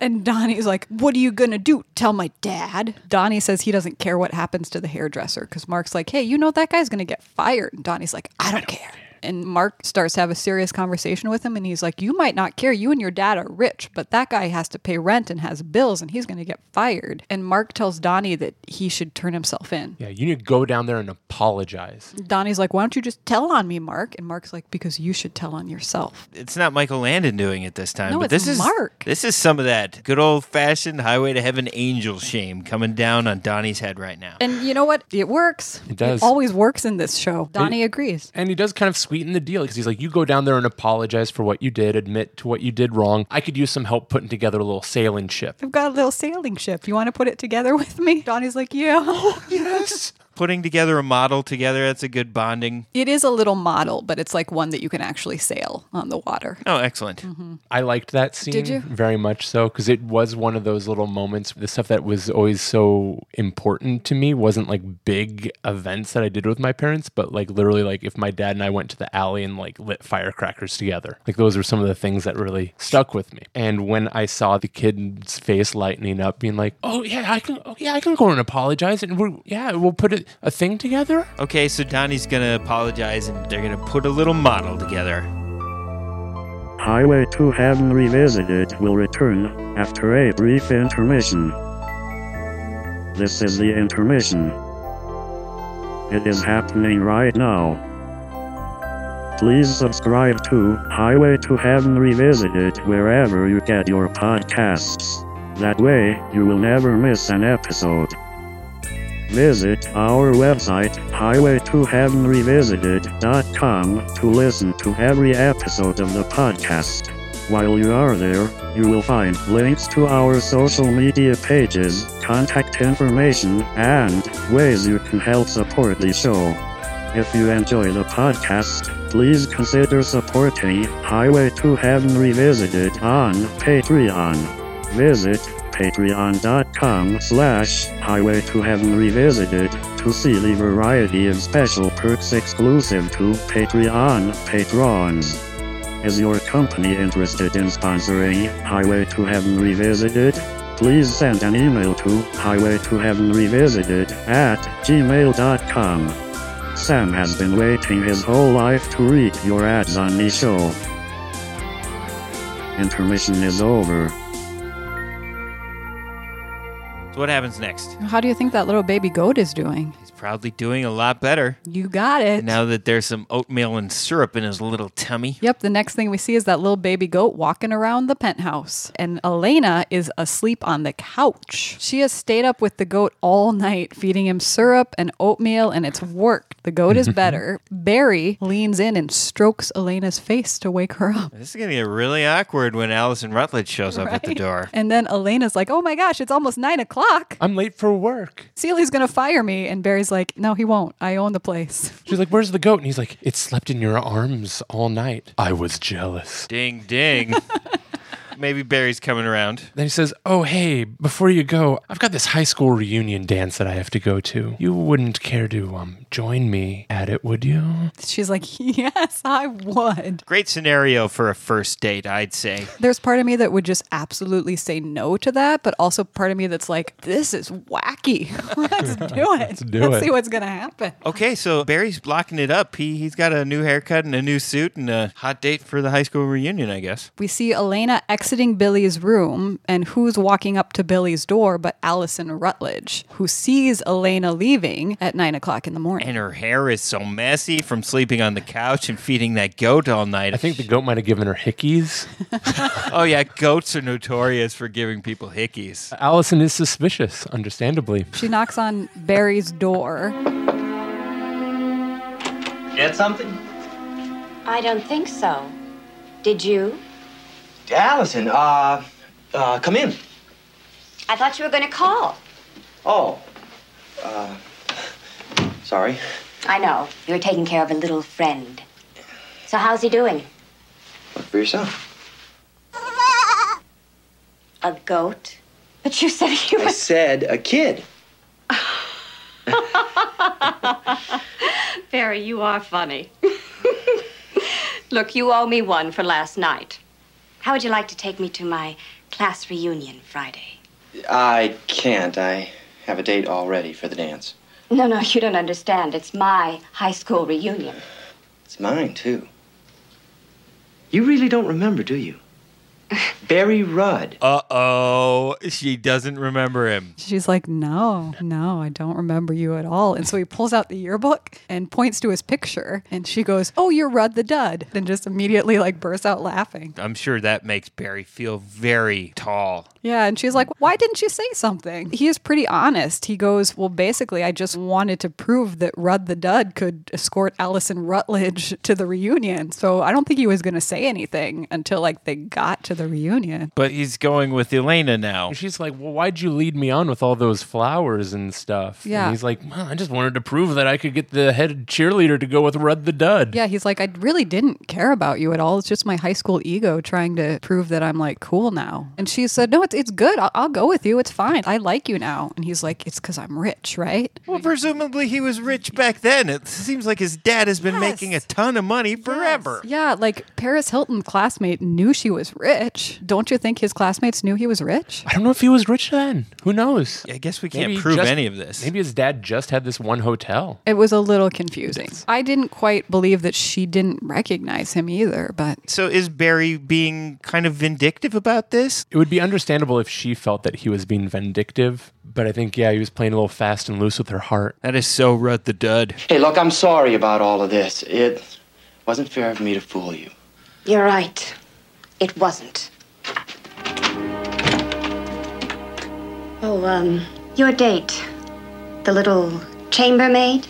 And Donnie's like, What are you going to do? Tell my dad. Donnie says he doesn't care what happens to the hairdresser because Mark's like, Hey, you know that guy's going to get fired. And Donnie's like, I don't care. And Mark starts to have a serious conversation with him, and he's like, "You might not care. You and your dad are rich, but that guy has to pay rent and has bills, and he's going to get fired." And Mark tells Donnie that he should turn himself in.
Yeah, you need to go down there and apologize.
Donnie's like, "Why don't you just tell on me, Mark?" And Mark's like, "Because you should tell on yourself."
It's not Michael Landon doing it this time.
No,
but
it's
this
Mark.
Is, this is some of that good old fashioned highway to heaven angel shame coming down on Donnie's head right now.
And you know what? It works.
It does.
always works in this show. Donnie agrees.
And he does kind of sweeten the deal because he's like, you go down there and apologize for what you did, admit to what you did wrong. I could use some help putting together a little sailing ship.
I've got a little sailing ship. You want to put it together with me? Donnie's like, yeah.
yes.
Putting together a model together, that's a good bonding.
<laughs> It is a little model, but it's like one that you can actually sail on the water.
Oh, excellent.
Mm-hmm.
I liked that scene
Did you?
very much so because it was one of those little moments. The stuff that was always so important to me wasn't like big events that I did with my parents, but like literally like if my dad and I went to the alley and like lit firecrackers together. Like those were some of the things that really stuck with me. And when I saw the kid's face lightening up, being like, "Oh yeah, I can. Oh yeah, I can go and apologize, and we're yeah, we'll put it, a thing together."
Okay, so Donnie's gonna apologize and they're gonna put a little model together.
Highway to Heaven Revisited will return after a brief intermission. This is the intermission. It is happening right now. Please subscribe to Highway to Heaven Revisited wherever you get your podcasts. That way, you will never miss an episode. Visit our website, highwaytoheavenrevisited.com, to listen to every episode of the podcast. While you are there, you will find links to our social media pages, contact information, and ways you can help support the show. If you enjoy the podcast, please consider supporting Highway to Heaven Revisited on Patreon visit patreon.com slash highway to heaven revisited to see the variety of special perks exclusive to patreon patrons is your company interested in sponsoring highway to heaven revisited please send an email to highway to heaven revisited at gmail.com sam has been waiting his whole life to read your ads on the show intermission is over
So what happens next?
How do you think that little baby goat is doing?
He's probably doing a lot better
You got it.
now that there's some oatmeal and syrup in his little tummy.
Yep, the next thing we see is that little baby goat walking around the penthouse. And Elena is asleep on the couch. She has stayed up with the goat all night, feeding him syrup and oatmeal, and it's worked. The goat is better. Barry leans in and strokes Elena's face to wake her up.
This is gonna get really awkward when Allison Rutledge shows up at
<laughs>
the door.
And then Elena's like, oh my gosh, it's almost nine o'clock.
I'm late for work.
Seely's going to fire me. And Barry's like, no, he won't. I own the place. <laughs>
She's like, "Where's the goat?" And he's like, "It slept in your arms all night. I was jealous."
Ding ding. Maybe Barry's coming around.
Then he says, "Oh hey, before you go, I've got this high school reunion dance that I have to go to. You wouldn't care to um join me at it, would you?"
She's like, yes, I would.
Great scenario for a first date, I'd say.
There's part of me that would just absolutely say no to that, but also part of me that's like, this is wacky. <laughs> Let's do
<laughs>
it. Let's
do it.
see what's going to happen.
Okay, so Barry's blocking it up. He he's got a new haircut and a new suit and a hot date for the high school reunion, I guess.
We see Elena exiting Billy's room, and who's walking up to Billy's door but Allison Rutledge, who sees Elena leaving at nine o'clock in the morning.
And her hair is so messy from sleeping on the couch and feeding that goat all night.
I think the goat might have given her hickeys. <laughs>
oh yeah, goats are notorious for giving people hickeys.
Allison is suspicious, understandably.
she knocks on Barry's door.
Get something?
I don't think so. Did you?
Allison, uh, uh, come in.
I thought you were going to call.
Oh, uh, sorry.
I know. You're taking care of a little friend. So how's he doing?
Look for yourself.
A goat? But you said he
I
was.
said a kid.
Barry, you are funny. Look, you owe me one for last night. How would you like to take me to my class reunion Friday?
I can't. I have a date already for the dance.
No, no, you don't understand. It's my high school reunion.
It's mine, too. You really don't remember, do you? Barry Rudd.
Uh oh, she doesn't remember him.
She's like, no, no, I don't remember you at all. And so he pulls out the yearbook and points to his picture. And she goes, oh, you're Rudd the Dud. And just immediately like bursts out laughing.
I'm sure that makes Barry feel very tall.
Yeah. And she's like, why didn't you say something? He is pretty honest. He goes, well, basically, I just wanted to prove that Rudd the Dud could escort Allison Rutledge to the reunion. So I don't think he was going to say anything until like they got to the reunion.
But he's going with Elena now.
She's like, well, why'd you lead me on with all those flowers and stuff?
Yeah.
And he's like, well, I just wanted to prove that I could get the head cheerleader to go with Rudd the Dud.
Yeah, he's like, I really didn't care about you at all. It's just my high school ego trying to prove that I'm like cool now. And she said, No, it's, it's good. I'll, I'll go with you. It's fine. I like you now. And he's like, It's because I'm rich, right?
Well, presumably he was rich back then. It seems like his dad has been making a ton of money forever.
Yeah, like Paris Hilton classmate knew she was rich. Don't you think his classmates knew he was rich?
I don't know if he was rich then. Who knows?
I guess we can't prove any of this.
Maybe his dad just had this one hotel.
It was a little confusing. I didn't quite believe that she didn't recognize him either, but
So is Barry being kind of vindictive about this?
It would be understandable if she felt that he was being vindictive, but I think, yeah, he was playing a little fast and loose with her heart.
That is so Rudd the Dud.
Hey, look, I'm sorry about all of this. It wasn't fair of me to fool you.
You're right. It wasn't. Oh, um, your date. The little chambermaid?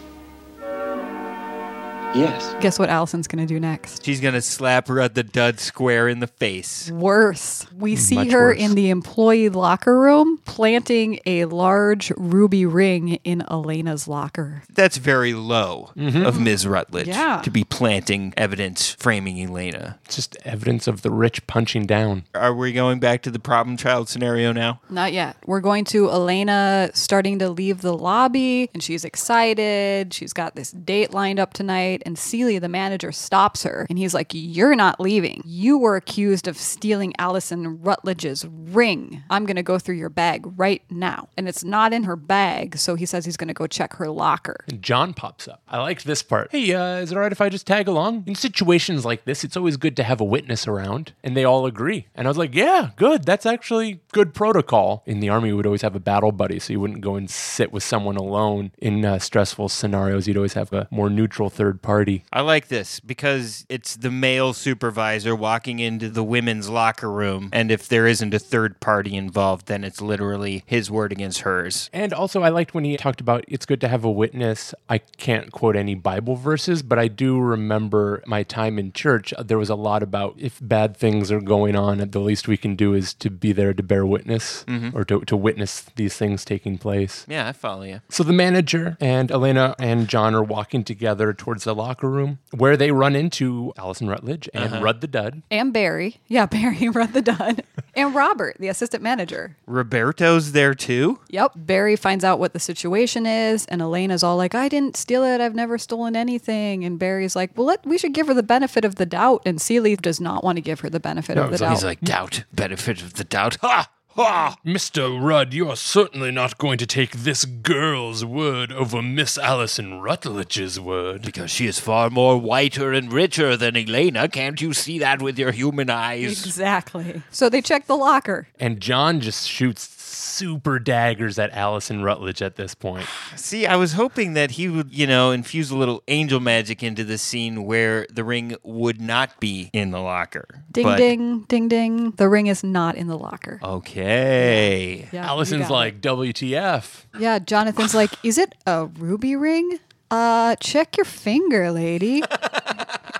Yes.
guess what Allison's going to do next?
She's going to slap Rudd the Dud square in the face.
Worse. We see
Mm, Much
her
worse.
in the employee locker room planting a large ruby ring in Elena's locker.
That's very low of Ms. Rutledge
Yeah.
to be planting evidence framing Elena.
It's just evidence of the rich punching down.
Are we going back to the problem child scenario now?
Not yet. We're going to Elena starting to leave the lobby and she's excited. She's got this date lined up tonight. And Celia, the manager, stops her and he's like, You're not leaving. You were accused of stealing Allison Rutledge's ring. I'm going to go through your bag right now. And it's not in her bag. So he says he's going to go check her locker.
And John pops up. I liked this part. Hey, uh, is it all right if I just tag along? In situations like this, it's always good to have a witness around, and they all agree. And I was like, yeah, good. That's actually good protocol. In the army, we would always have a battle buddy, so you wouldn't go and sit with someone alone in uh, stressful scenarios. You'd always have a more neutral third party.
I like this because it's the male supervisor walking into the women's locker room. And if there isn't a third party involved, then it's literally his word against hers.
And also, I liked when he talked about it's good to have a witness. I can't quote any Bible verses, but I do remember my time in church. uh, There was a lot about if bad things are going on, the least we can do is to be there to bear witness
Mhm.
or to, to witness these things taking place.
Yeah, I follow you.
So the manager and Elena and John are walking together towards the locker room where they run into Allison Rutledge and
Uh-huh.
Rudd the Dud.
And Barry. Yeah, <laughs> Barry, run the dun. and Robert, the assistant manager.
Roberto's there too.
Yep. Barry finds out what the situation is, and Elena's all like, I didn't steal it. I've never stolen anything. And Barry's like, Well, let, we should give her the benefit of the doubt. And Seeley does not want to give her the benefit of the doubt.
he's like, doubt, benefit of the doubt. Ha! Ha!
Mr. Rudd, you are certainly not going to take this girl's word over Miss Allison Rutledge's word.
Because she is far more whiter and richer than Elena. Can't you see that with your human <laughs> eyes?
Exactly. So they check the locker.
And John just shoots super daggers at Allison Rutledge at this point.
See, I was hoping that he would, you know, infuse a little angel magic into the scene where the ring would not be in the locker.
Ding,
But- Oh,
ding, ding, ding. The ring is not in the locker.
Okay.
Yeah, <sighs> you
Allison's
got
like, WTF.
Yeah. Jonathan's like, Is it a ruby ring? Uh, check your finger, lady.
<laughs>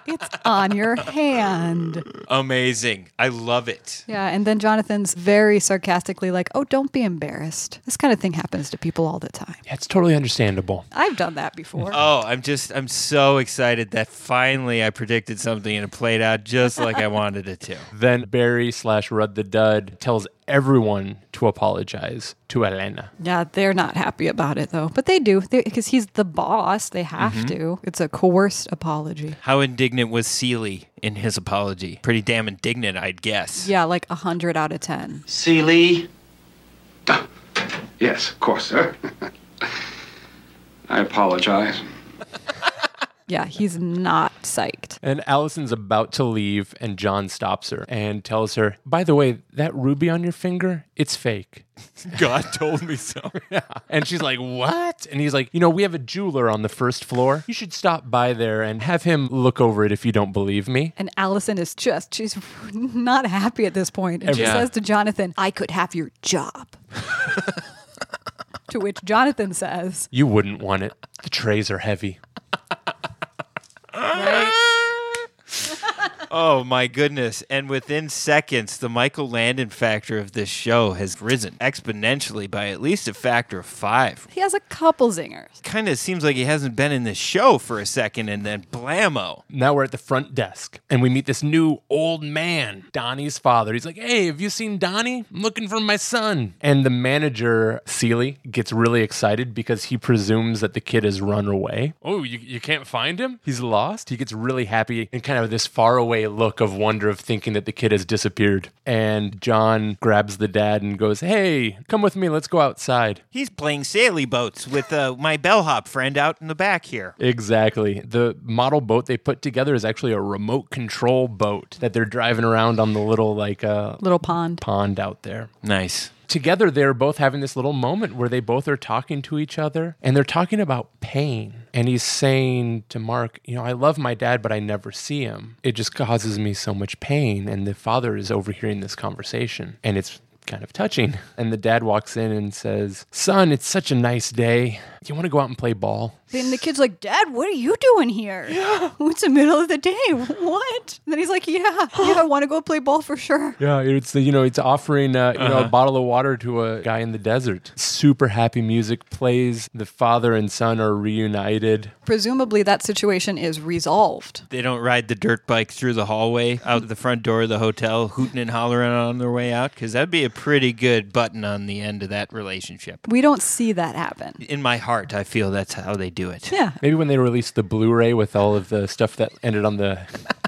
it's on your hand.
Amazing. I love it.
Yeah, and then Jonathan's very sarcastically like, "Oh, don't be embarrassed. This kind of thing happens to people all the time.
Yeah, it's totally understandable.
I've done that before."
Oh, I'm just, I'm so excited that finally I predicted something and it played out just like I wanted it
<laughs>
to.
Then Barry slash Rudd the Dud tells everyone to apologize to Elena.
Yeah, they're not happy about it though, but they do because he's the boss. They have
Mhm.
to. It's a coerced apology.
How indignant was Seeley in his apology? Pretty damn indignant, I'd guess.
Yeah, like a hundred out of ten.
Seeley?
Yes, of course, sir. <laughs> I apologize.
Yeah, he's not psyched.
And Allison's about to leave, and John stops her and tells her, By the way, that ruby on your finger, it's fake.
<laughs> God told
<laughs>
me so.
And she's like, What? And he's like, You know, we have a jeweler on the first floor. You should stop by there and have him look over it if you don't believe me.
And Allison is just, she's <laughs> not happy at this point. And she
Yeah.
says to Jonathan, I could have your job. to which Jonathan says,
You wouldn't want it. The trays are heavy.
Oh my goodness. And within seconds, the Michael Landon factor of this show has risen exponentially by at least a factor of five.
he has a couple zingers.
Kind of seems like he hasn't been in this show for a second and then blammo.
Now we're at the front desk and we meet this new old man, Donnie's father. He's like, Hey, have you seen Donnie? I'm looking for my son. And the manager, Seely, gets really excited because he presumes that the kid has run away. Oh, you, you can't find him? He's lost. He gets really happy and kind of this faraway look of wonder of thinking that the kid has disappeared. And John grabs the dad and goes, Hey, come with me. Let's go outside.
He's playing sailie boats with uh, my bellhop friend out in the back here.
Exactly. The model boat they put together is actually a remote control boat that they're driving around on the little like uh,
Little pond.
pond out there.
Nice.
Together they're both having this little moment where they both are talking to each other and they're talking about pain. And he's saying to Mark, you know, I love my dad but I never see him. It just causes me so much pain and the father is overhearing this conversation and it's kind of touching. And the dad walks in and says, "Son, it's such a nice day. Do you want to go out and play ball?"
Then the kid's like, Dad, what are you doing here? <laughs> It's the middle of the day. <laughs> What? And then he's like, Yeah, yeah, I want to go play ball for sure.
Yeah, it's the, you know it's offering uh, you know
Uh-huh.
a bottle of water to a guy in the desert. Super happy music plays. The father and son are reunited.
Presumably, that situation is resolved.
They don't ride the dirt bike through the hallway out the front door of the hotel, hooting and hollering on their way out, because that'd be a pretty good button on the end of that relationship.
We don't see that happen.
In my heart, I feel that's how they do it.
Yeah.
Maybe when they release the Blu-ray with all of the stuff that ended on
<laughs>
the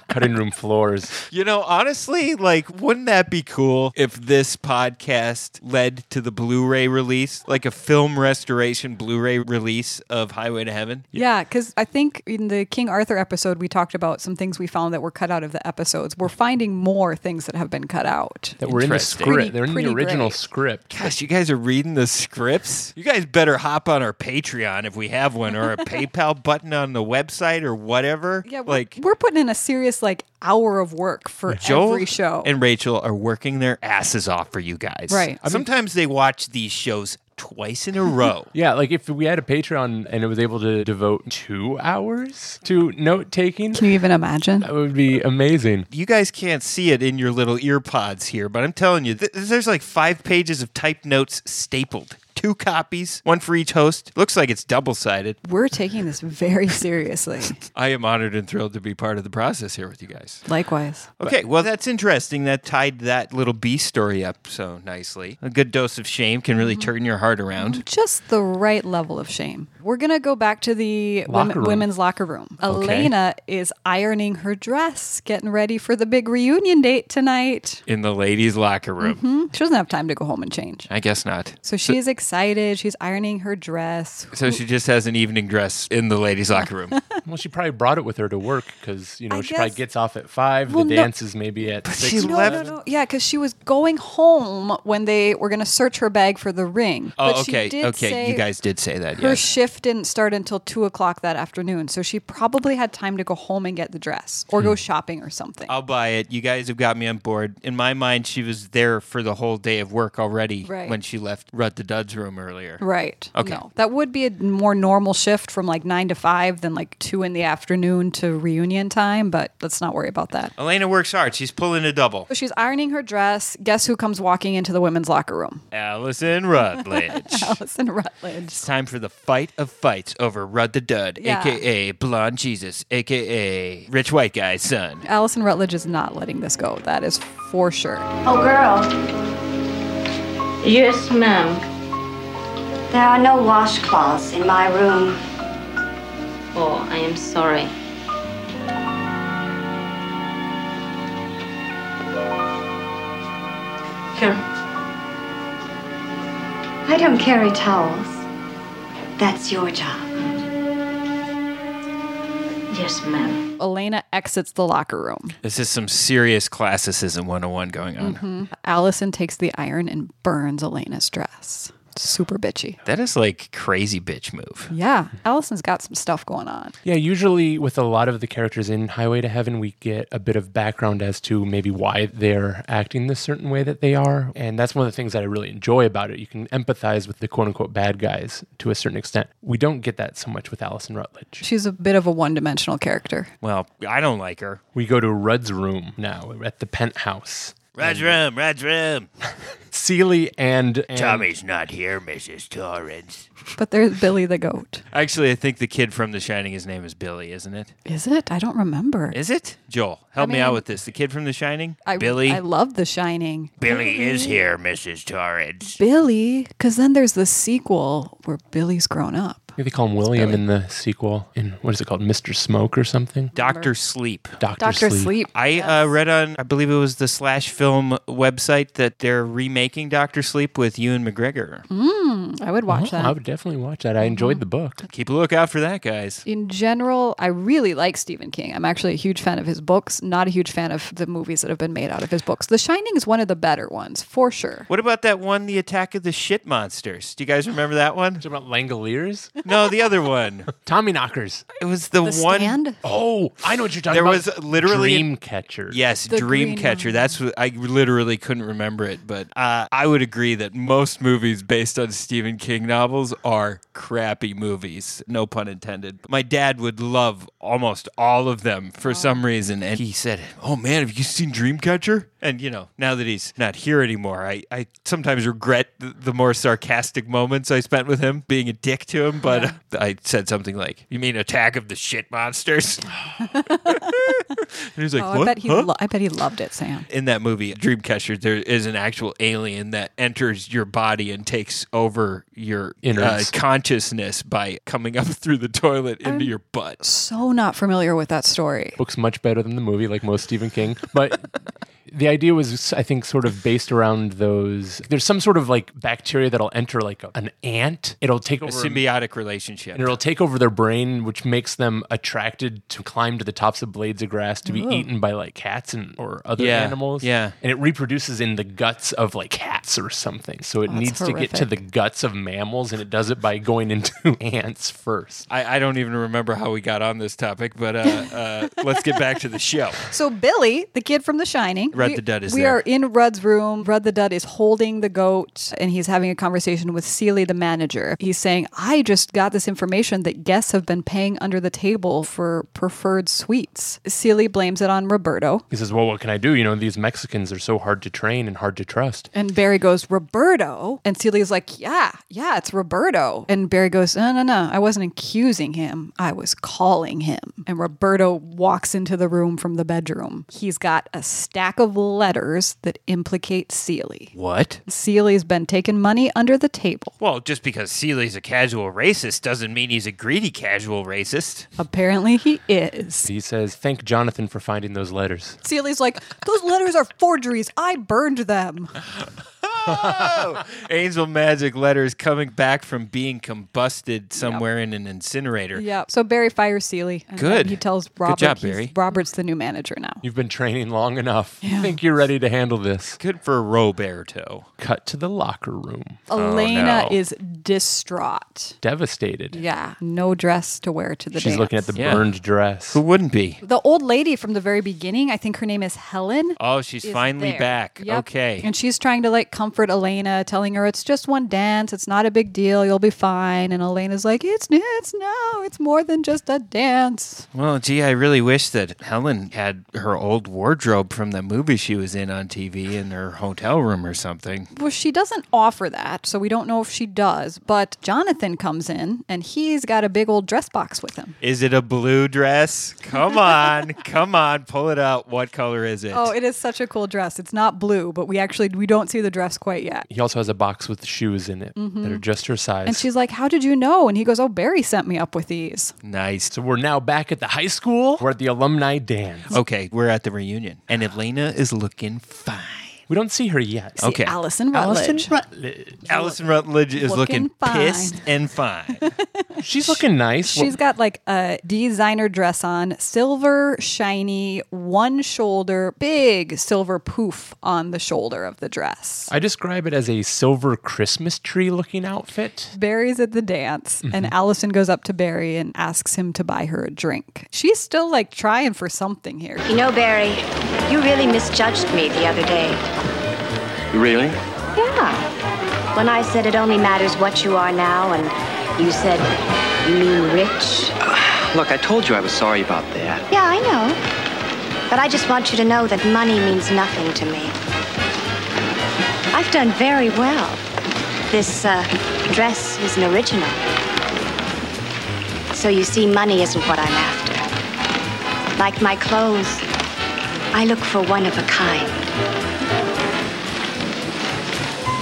cutting room floors.
You know, honestly, like, wouldn't that be cool if this podcast led to the Blu ray release, like a film restoration Blu ray release of Highway to Heaven?
Yeah, because I think in the King Arthur episode, we talked about some things we found that were cut out of the episodes. We're finding more things that have been cut out.
That were in the
Interesting.
script.
Pretty-
They're in
pretty
the original
great.
script.
Gosh, you guys are reading the scripts? You guys better hop on our Patreon if we have
<laughs>
one, or a PayPal button on the website or whatever.
Yeah, we're,
like,
we're putting in a serious like hour of work for
Joel
every show.
and Rachel are working their asses off for you guys.
Right. I mean-
Sometimes they watch these shows twice in a row.
Yeah, like if we had a Patreon and it was able to devote two hours to note taking,
Can you even imagine?
that would be amazing.
You guys can't see it in your little ear pods here, but I'm telling you, th- there's like five pages of typed notes stapled. Two copies, one for each host. Looks like it's double sided.
We're taking this very seriously.
I am honored and thrilled to be part of the process here with you guys.
Likewise.
Okay, well, that's interesting. That tied that little B story up so nicely. A good dose of shame can
Mm-hmm.
really turn your heart around.
Just the right level of shame. We're going to go back to the
Locker
women,
room.
women's locker room.
Okay.
Elena is ironing her dress, getting ready for the big reunion date tonight.
In the ladies' locker room.
Hmm? She doesn't have time to go home and change.
I guess not.
So she's excited. She's ironing her dress.
So she just has an evening dress in the ladies'
<laughs>
locker room.
Well, she probably brought it with her to work because you know
I
she probably
guess-
gets off at five.
Well,
the
no-
dance is maybe at six.
she
or
left-
seven.
No, yeah, because she was going home when they were going to search her bag for the ring.
Oh,
But she
okay.
did
Okay.
say
You guys did say that.
Her
Yes.
shift didn't start until two o'clock that afternoon, so she probably had time to go home and get the dress or
Hmm.
go shopping or something.
I'll buy it. You guys have got me on board. In my mind, she was there for the whole day of work already
Right.
when she left Rut the Dud's room earlier.
Right.
Okay.
No. That would be a more normal shift from like nine to five than like two in the afternoon to reunion time, but let's not worry about that.
Elena works hard. She's pulling a double.
So she's ironing her dress. Guess who comes walking into the women's locker room? <laughs>
Allison Rutledge.
Allison Rutledge.
It's time for the fight of fights over Rud the Dud,
Yeah.
aka Blonde Jesus, aka Rich White Guy's son.
Allison Rutledge is not letting this go. That is for sure.
Oh, girl. Yes, ma'am. There are no washcloths in my room. Oh, I am sorry. Here. I don't carry towels. That's your job. Yes, ma'am.
Elena exits the locker room.
This is some serious classicism 101 going on.
Mhm. Allison takes the iron and burns Elena's dress. Super bitchy.
That is like crazy bitch move.
Yeah, Allison's got some stuff going on.
Yeah, usually with a lot of the characters in Highway to Heaven, we get a bit of background as to maybe why they're acting the certain way that they are. And that's one of the things that I really enjoy about it. You can empathize with the quote unquote bad guys to a certain extent. We don't get that so much with Allison Rutledge.
She's a bit of a one dimensional character.
Well, I don't like her.
We go to Rudd's room now. We're at the penthouse.
Raj room, Raj room.
Seely and, and
Tommy's not here, Mrs. Torrance.
But there's Billy the goat.
Actually, I think the kid from The Shining, his name is Billy, isn't it?
Is it? I don't remember.
Is it? Joel, help me out with this. The kid from The Shining?
I,
Billy?
I love The Shining.
Billy is here, Mrs. Torrance.
Billy, because then there's the sequel where Billy's grown up.
Yeah, they call him William in the sequel. In what is it called, Mister Smoke or something?
Doctor Sleep.
Doctor, Sleep.
I uh, read on, I believe it was the Slash Film website that they're remaking Doctor Sleep with Ewan McGregor.
Mm, I would watch
Uh-huh,
Oh,
that.
I would definitely watch that. I enjoyed the book.
Keep a lookout for that, guys.
In general, I really like Stephen King. I'm actually a huge fan of his books, not a huge fan of the movies that have been made out of his books. The Shining is one of the better ones, for sure.
What about that one, The Attack of the Shit Monsters? Do you guys remember that
<laughs>
one? It's
about <laughs> Langoliers?
No, the other one.
Tommy Knockers.
It was the,
The
one.
Stand?
Oh, I know what you're talking
there
about.
was literally
Dreamcatcher.
Yes,
The green
Dreamcatcher. That's what I literally couldn't remember it, but uh, I would agree that most movies based on Stephen King novels are crappy movies. No pun intended. My dad would love almost all of them
Oh.
for some reason, and he said, "Oh man, have you seen Dreamcatcher?" And you know, now that he's not here anymore, I, I sometimes regret the, the more sarcastic moments I spent with him, being a dick to him. But <laughs> I said something like, "You mean Attack of the
<laughs>
Shit Monsters?" <laughs> and he's like,
oh,
"What?
I bet he
Huh?"
lo- I bet he loved it, Sam.
in that movie Dreamcatcher, there is an actual alien that enters your body and takes over your uh,
Innards.
consciousness by coming up <laughs> through the toilet into your butt.
So not familiar with that story.
Book's much better than the movie, like most Stephen King. But <laughs> the idea was, I think, sort of based around those. There's some sort of like bacteria that'll enter like a- an ant. It'll take
A
over.
symbiotic relationship.
and it'll take over their brain, which makes them attracted to climb to the tops of blades of grass to be
Ooh.
eaten by like cats and or other
Oh. Yeah,
animals.
yeah.
and it reproduces in the guts of like cats or something. So it
Oh, that's
needs to get to
horrific.
the guts of mammals, and it does it by going <laughs> into ants first.
I, I don't even remember how we got on this topic, but uh, uh, let's get back to
<laughs>
the show.
So Billy, the kid from The Shining,
Rudd
we-
the Dud is
We
there.
are in Rudd's room. Rudd the Dud is holding the goat, and he's having a conversation with Seely, the manager. He's saying, "I just got this information that guests have been paying under the table for preferred suites." Seely blames it on Roberto,
He says, "Well, what can I do? You know, these Mexicans are so hard to train and hard to trust."
and Barry goes, "Roberto," and Seely's like, "Yeah, yeah, it's Roberto." And Barry goes, "No, no, no, I wasn't accusing him. I was calling him." And Roberto walks into the room from the bedroom. He's got a stack of letters that implicate Seely.
What?
Seely's been taking money under the table.
Well, just because Seely's a casual racist doesn't mean he's a greedy casual
<laughs>
racist.
Apparently, he is.
He says, "Thank Jonathan for finding those letters."
Seely's like, those letters are forgeries. I burned them.
Oh!
<laughs> Angel Magic letters coming back from being combusted somewhere in an incinerator.
Yeah. So Barry fires Seely. and then
Good.
He tells
Good
Robert
job,
he's-
Barry.
Robert's the new manager now.
You've been training
<laughs>
long enough. I think you're ready to handle this.
Good for Roberto.
Cut to the locker room.
Oh,
Elena is distraught.
devastated.
Yeah. No dress to wear to the
She's
dance.
looking at the burned dress. Who
wouldn't be?
the old lady from the very beginning, I think her name is Helen.
Oh, she's
is
finally
there.
back.
Yep.
Okay.
And she's trying to like comfort Elena, telling her it's just one dance, it's not a big deal, you'll be fine. And Elena's like, it's it's no, it's more than just a dance.
well, gee, I really wish that Helen had her old wardrobe from the movie she was in on TV in her hotel room or something.
Well, she doesn't offer that, so we don't know if she does. But Jonathan comes in and he's got a big old dress box with him.
Is it a blue dress? Come
<laughs>
on, come on, pull it out. What color is it?
Oh, it is such a cool dress. It's not blue, but we actually we don't see the dress quite yet.
He also has a box with shoes in it that
Mhm.
are just her size.
And she's like, "How did you know?" And he goes, "Oh, Barry sent me up with these."
nice.
So we're now back at the high school. We're at the alumni dance.
Okay, we're at the reunion, and Elena is looking fine.
We don't see her yet.
See, Allison Rutledge.
Allison Rutledge.
Allison Rutledge is
Looking
looking,
fine.
pissed and fine.
She's looking nice.
Oh. She's got like a designer dress on, silver, shiny, one shoulder, big silver poof on the shoulder of the dress.
I describe it as a silver Christmas tree looking outfit.
Barry's at the dance, and
Mhm.
Allison goes up to Barry and asks him to buy her a drink. She's still like trying for something here.
You know, Barry, you really misjudged me the other day.
Really?
Yeah. When I said it only matters what you are now, and you said you mean rich.
<sighs> Look, I told you I was sorry about that.
Yeah, I know. But I just want you to know that money means nothing to me. I've done very well. This uh, dress is an original. So you see, money isn't what I'm after. Like my clothes, I look for one of a kind.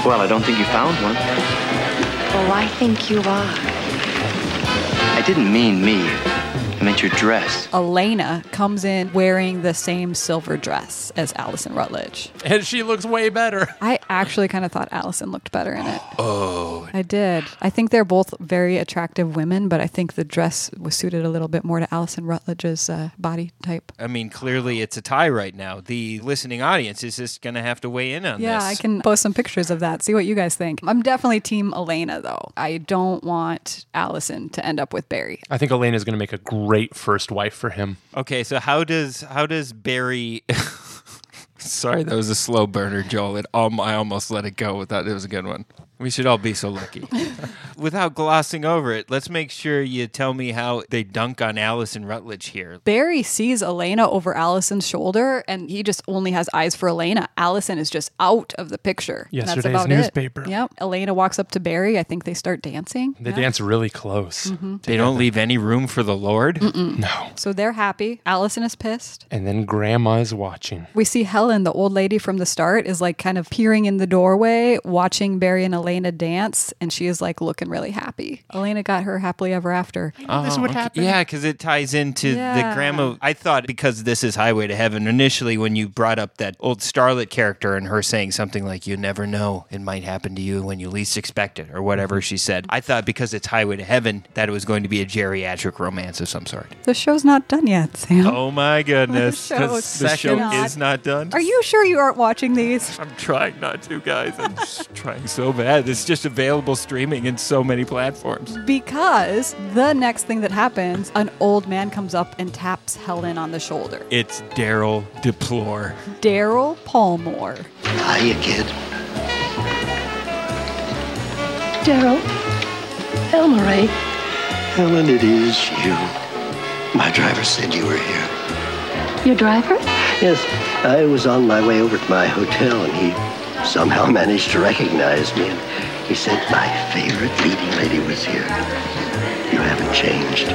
Well, I don't think you found one.
Oh, I think you are.
I didn't mean me. I meant your dress.
Elena comes in wearing the same silver dress as Allison Rutledge.
And she looks way better.
I actually kind of thought Allison looked better in it.
Oh.
I did. I think they're both very attractive women, but I think the dress was suited a little bit more to Allison Rutledge's uh, body type.
<laughs> I mean, clearly it's a tie right now. The listening audience is just going to have to weigh in on
Yeah,
this.
I can post some pictures of that. See what you guys think. I'm definitely team Elena though. I don't want Allison to end up with Barry.
I think Elena's going to make a great first wife for him.
Okay, so how does how does Barry? <laughs> Sorry, that was a slow burner, Joel. It um, I almost let it go with that. It was a good one. We should all be so lucky. Without glossing over it, let's make sure you tell me how they dunk on Allison Rutledge here.
Barry sees Elena over Allison's shoulder and he just only has eyes for Elena. Allison is just out of the picture. And
Yesterday's
that's about
newspaper.
It. Yep. Elena walks up to Barry. I think they start dancing.
They dance really close.
Mm-hmm.
They don't leave any room for the Lord.
No.
So they're happy. Allison is pissed.
And then Grandma's watching.
We see Helen, the old lady from the start, is like kind of peering in the doorway, watching Barry and Elena dance, and she is like looking really happy. Elena got her happily ever after.
Oh, okay. Yeah, because it ties into
Yeah.
the grandma. I thought because this is Highway to Heaven, initially when you brought up that old starlet character and her saying something like, You never know, it might happen to you when you least expect it, or whatever she said. I thought because it's Highway to Heaven that it was going to be a geriatric romance of some sort.
The show's not done yet, Sam.
<laughs> Oh
<laughs>
my goodness.
The show
the
is
show
not-
is not done.
Are you sure you aren't watching these?
I'm trying not to, guys. I'm just <laughs> trying so bad. It's just available streaming in so many platforms.
Because the next thing that happens, an old man comes up and taps Helen on the shoulder.
It's Daryl Deplore.
Daryl Palmore.
Hiya, kid.
Daryl. Elmaray.
Helen, it is you. My driver said you were here.
Your driver?
Yes, I was on my way over to my hotel, and he somehow <laughs> managed to recognize me. And he said my favorite leading lady was here. You haven't changed.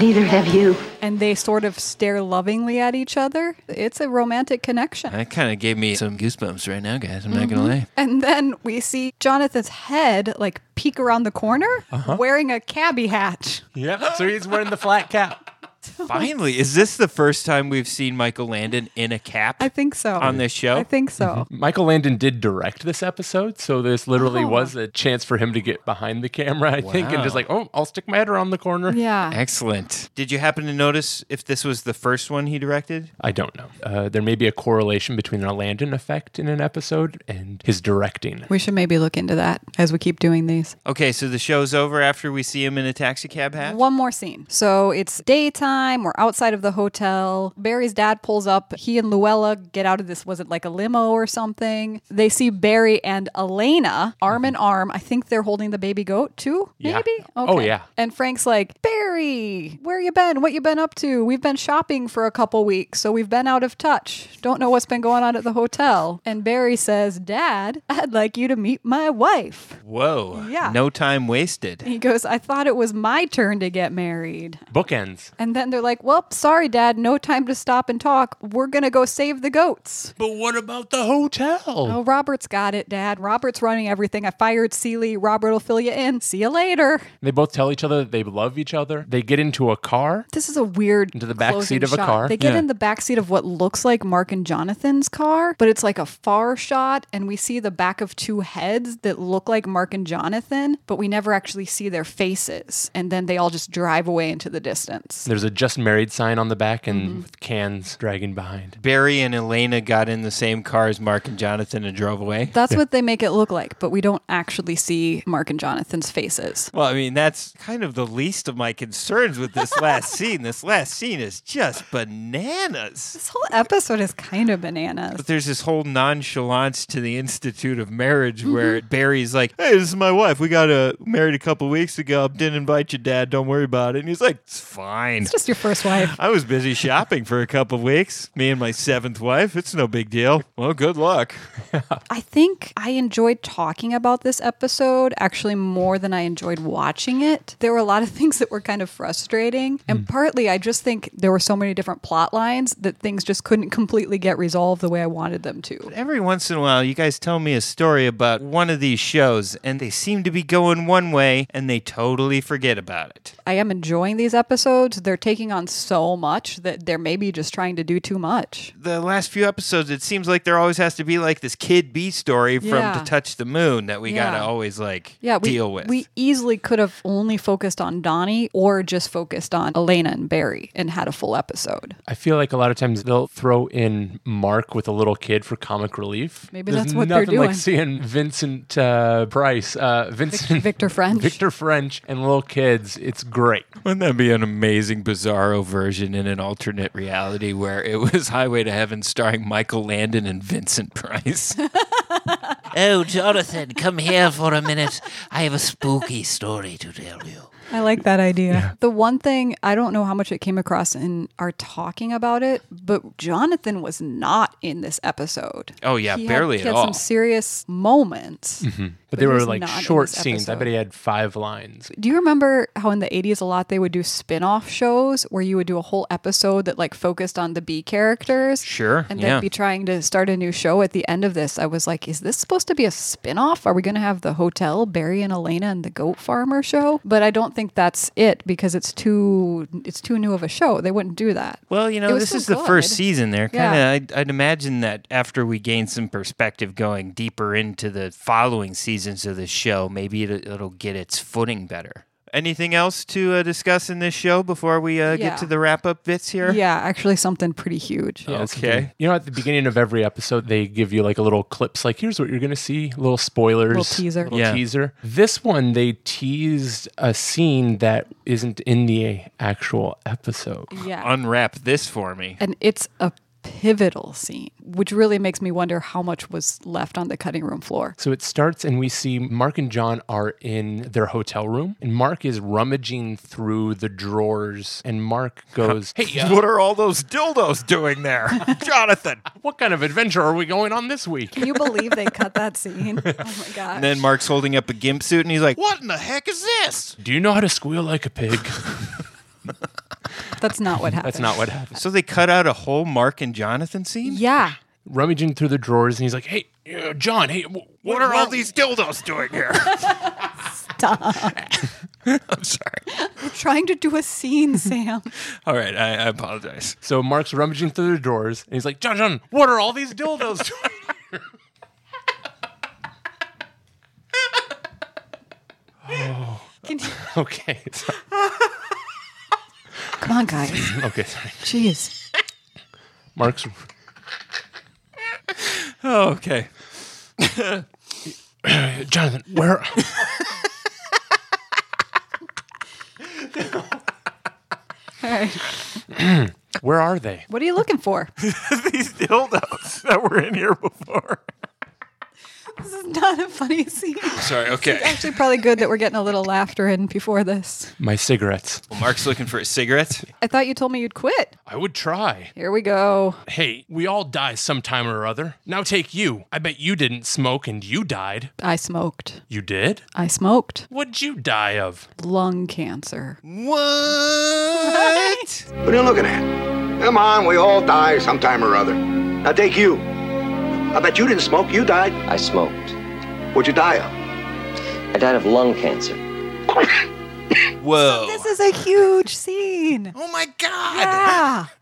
Neither have you.
And they sort of stare lovingly at each other. It's a romantic connection.
That kind of gave me some goosebumps right now, guys. I'm not going
Mhm.
to lie.
And then we see Jonathan's head like peek around the corner
Uh-huh.
wearing a cabbie hat.
Yep. So he's wearing the flat cap.
Finally, is this the first time we've seen Michael Landon in a cap?
I think so.
On this show?
I think so.
Michael Landon did direct this episode, so this literally
Oh.
was a chance for him to get behind the camera, I think, and just
Wow.
like, oh, I'll stick my head around the corner.
Yeah.
Excellent. Did you happen to notice if this was the first one he directed?
I don't know. Uh, there may be a correlation between a Landon effect in an episode and his directing.
We should maybe look into that as we keep doing these.
Okay, so the show's over after we see him in a taxi cab hat?
One more scene. So it's daytime. We're outside of the hotel. Barry's dad pulls up. He and Luella get out of this. Was it like a limo or something? They see Barry and Elena arm in arm. I think they're holding the baby goat too.
Mm-hmm. Yeah.
Maybe.
Oh, yeah.
And Frank's like, Barry, where you been? What you been up to? We've been shopping for a couple weeks, so we've been out of touch. Don't know what's been going on at the hotel. And Barry says, Dad, I'd like you to meet my wife.
Whoa.
Yeah.
No time wasted.
He goes, I thought it was my turn to get married.
Bookends.
And then they're like, well, sorry, Dad, no time to stop and talk. We're going to go save the goats.
But what about the hotel?
Oh, Robert's got it, Dad. Robert's running everything. I fired Seeley. Robert will fill you in. See you later.
They both tell each other that they love each other. They get into a car,
This is a weird
into the back
closing
seat of a
shot.
car.
They get
Yeah.
in the back seat of what looks like Mark and Jonathan's car, but it's like a far shot, and we see the back of two heads that look like Mark and Jonathan, but we never actually see their faces. And then they all just drive away into the distance.
There's a just married sign on the back and
Mm-hmm.
with cans dragging behind.
Barry and Elena got in the same car as Mark and Jonathan and drove away.
That's what they make it look like, but we don't actually see Mark and Jonathan's faces.
Well, I mean, that's kind of the least of my concerns with this last scene. This last scene is just bananas.
This whole episode is kind of bananas.
But there's this whole nonchalance to the Institute of Marriage
Mm-hmm.
where Barry's like, Hey, this is my wife. We got uh, married a couple weeks ago. Didn't invite you, Dad. Don't worry about it. And he's like, It's fine.
It's just your first wife.
I was busy shopping for a couple weeks. Me and my seventh wife. It's no big deal. Well, good luck.
<sighs> I think I enjoyed talking about this episode actually more than I enjoyed watching it. There were a lot of <laughs> things that were kind of frustrating.
Hmm.
And partly I just think there were so many different plot lines that things just couldn't completely get resolved the way I wanted them to.
Every once in a while, you guys tell me a story about one of these shows, and they seem to be going one way, and they totally forget about it.
I am enjoying these episodes. They're taking on so much that they're maybe just trying to do too much.
The last few episodes, it seems like there always has to be like this Kid B story from
Yeah.
To Touch the Moon that we
Yeah.
gotta always like
Yeah, we,
deal with.
we easily could have only focused on Donnie or just focused on Elena and Barry and had a full episode.
I feel like a lot of times they'll throw in Mark with a little kid for comic relief.
Maybe
There's
that's what they're
nothing like
doing.
seeing Vincent uh, Price, uh, Vincent
Victor French,
<laughs> Victor French, and little kids. It's great.
Wouldn't that be an amazing bizarro version in an alternate reality where it was <laughs> Highway to Heaven starring Michael Landon and
<laughs>
Vincent Price?
Oh, Jonathan, come here for a minute. I have a spooky story to tell you.
I like that idea. The one thing I don't know how much it came across in our talking about it, but Jonathan was not in this episode.
Oh, yeah,
He had-
barely
he
at
had
all. Mm-hmm.
some serious moments.
Mhm. But
But
they were
he's
like
not in
short
this
scenes. I bet he had five lines.
Do you remember how in the 80s a lot they would do spin-off shows where you would do a whole episode that like focused on the B characters?
Sure,
And
yeah.
they'd be trying to start a new show at the end of this. I was like, is this supposed to be a spin-off? Are we going to have the hotel Barry and Elena and the goat farmer show? But I don't think that's it because it's too it's too new of a show. They wouldn't do that.
Well, you
It
know,
was
this
still
is the first
good.
season. There,
Yeah.
kind of, I'd, I'd imagine that after we gain some perspective going deeper into the following seasons of the show, maybe it, it'll get its footing better. Anything else to uh, discuss in this show before we uh,
Yeah.
get to the wrap up bits here?
Yeah, actually something pretty huge.
Oh.
Yeah, something- You know, at the beginning of every episode, they give you like a little clips, like here's what you're gonna see, little spoilers,
Little teaser.
little
Yeah.
teaser. This one, they teased a scene that isn't in the actual episode.
Yeah.
Unwrap this for me.
And it's a pivotal scene, which really makes me wonder how much was left on the cutting room floor.
So it starts, and we see Mark and John are in their hotel room, and Mark is rummaging through the drawers, and Mark goes, "Hey, uh,
what are all those dildos
<laughs>
doing there, Jonathan?
uh,
What kind of adventure are we going on this week?"
Can you believe they cut that scene? Oh my god.
And then Mark's holding up a gimp suit, and he's like, "What?
in the heck is this?
Do you know how to squeal like
<laughs>
a pig?
That's not what happened.
happened." So they cut out a whole Mark and Jonathan scene.
Yeah.
Rummaging through the drawers, and he's like, "Hey, uh, John, hey, w-
What are all these dildos doing here?
Stop.
I'm <laughs> sorry.
Trying to do a scene, Sam.
All right, I, I apologize.
So Mark's rummaging through the drawers, and he's like, "John, John, what are all these dildos?" doing?" oh,
Can you-
<laughs> okay. sorry.
Come on, guys.
okay, sorry.
Jeez.
Mark's
Oh, okay.
Jonathan, where?
All right.
where are they?
What are
<laughs>
you looking for?
These dildos that were in here before.
This is not a funny scene.
Sorry,
<laughs>
okay.
It's actually probably good that we're getting a little laughter in before this.
My cigarettes.
Well, Mark's looking for a <laughs> cigarette.
I thought you told me you'd quit.
I would try.
Here we go.
Hey, we all die sometime or other. Now take you. I bet you didn't smoke and you died.
I smoked.
You did?
I smoked.
What'd you die of?
Lung cancer.
Uh,
<laughs>
What?
What are you looking at? Come on, we all die sometime or other. Now take you. I bet you didn't smoke. You died.
I smoked.
What'd you die of?
I died of lung cancer.
Whoa.
This is a huge scene.
Oh my God.
Yeah. <laughs>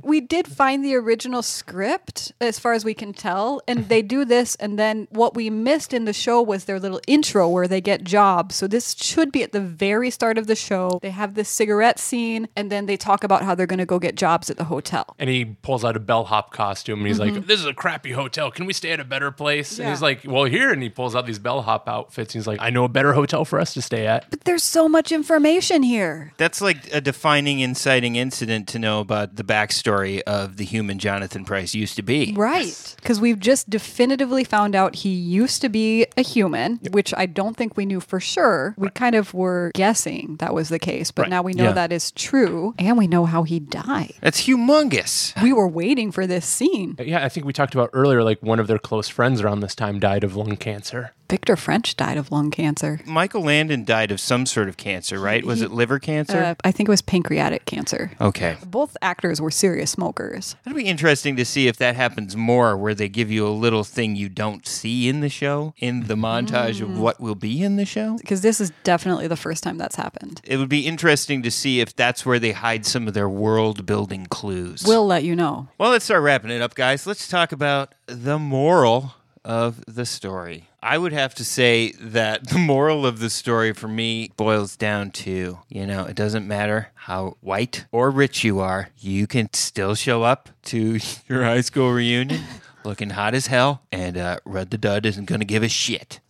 We did find the original script, as far as we can tell, and they do this. And then what we missed in the show was their little intro where they get jobs. So this should be at the very start of the show. They have this cigarette scene, and then they talk about how they're going to go get jobs at the hotel.
And he pulls out a bellhop costume and he's
Mhm.
like, This is a crappy hotel. Can we stay at a better place? And he's
Yeah.
like, Well, here. And he pulls out these bellhop outfits. And he's like, I know a better hotel for us to stay at.
But there's so much information here.
That's like a defining, inciting incident to know about the backstory of the human Jonathan Price used to be.
Right. Because we've just definitively found out he used to be a human, which I don't think we knew for sure. We kind of were guessing that was the case, but
Right.
now we know
Yeah.
that is true. And we know how he died.
That's humongous.
We were waiting for this scene.
Yeah, I think we talked about earlier, like one of their close friends around this time died of lung cancer.
Victor French died of lung cancer.
Michael Landon died of some sort of cancer, right? Was it liver cancer?
Uh, I think it was pancreatic cancer.
okay.
Both actors were serious smokers.
It'll be interesting to see if that happens more, where they give you a little thing you don't see in the show, in the montage
Mm.
of what will be in the show.
Because this is definitely the first time that's happened.
It would be interesting to see if that's where they hide some of their world building clues.
We'll let you know.
Well, let's start wrapping it up, guys. Let's talk about the moral of the story. I would have to say that <laughs> the moral of the story for me boils down to you know, it doesn't matter how white or rich you are, you can still show up to <laughs> your high school <laughs> reunion looking hot as hell, and uh, Red the Dud isn't going to give a shit.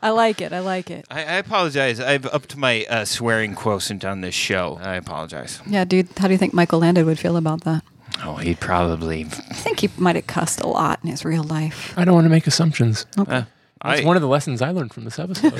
I like it. I like it.
I, I apologize. I've upped my uh, swearing quotient on this show. I apologize.
Yeah, dude, how do you think Michael Landon would feel about that?
Oh, he probably.
I think he might have cussed a lot in his real life.
I don't want to make assumptions.
Uh,
That's
I-
one of the lessons I learned from this episode.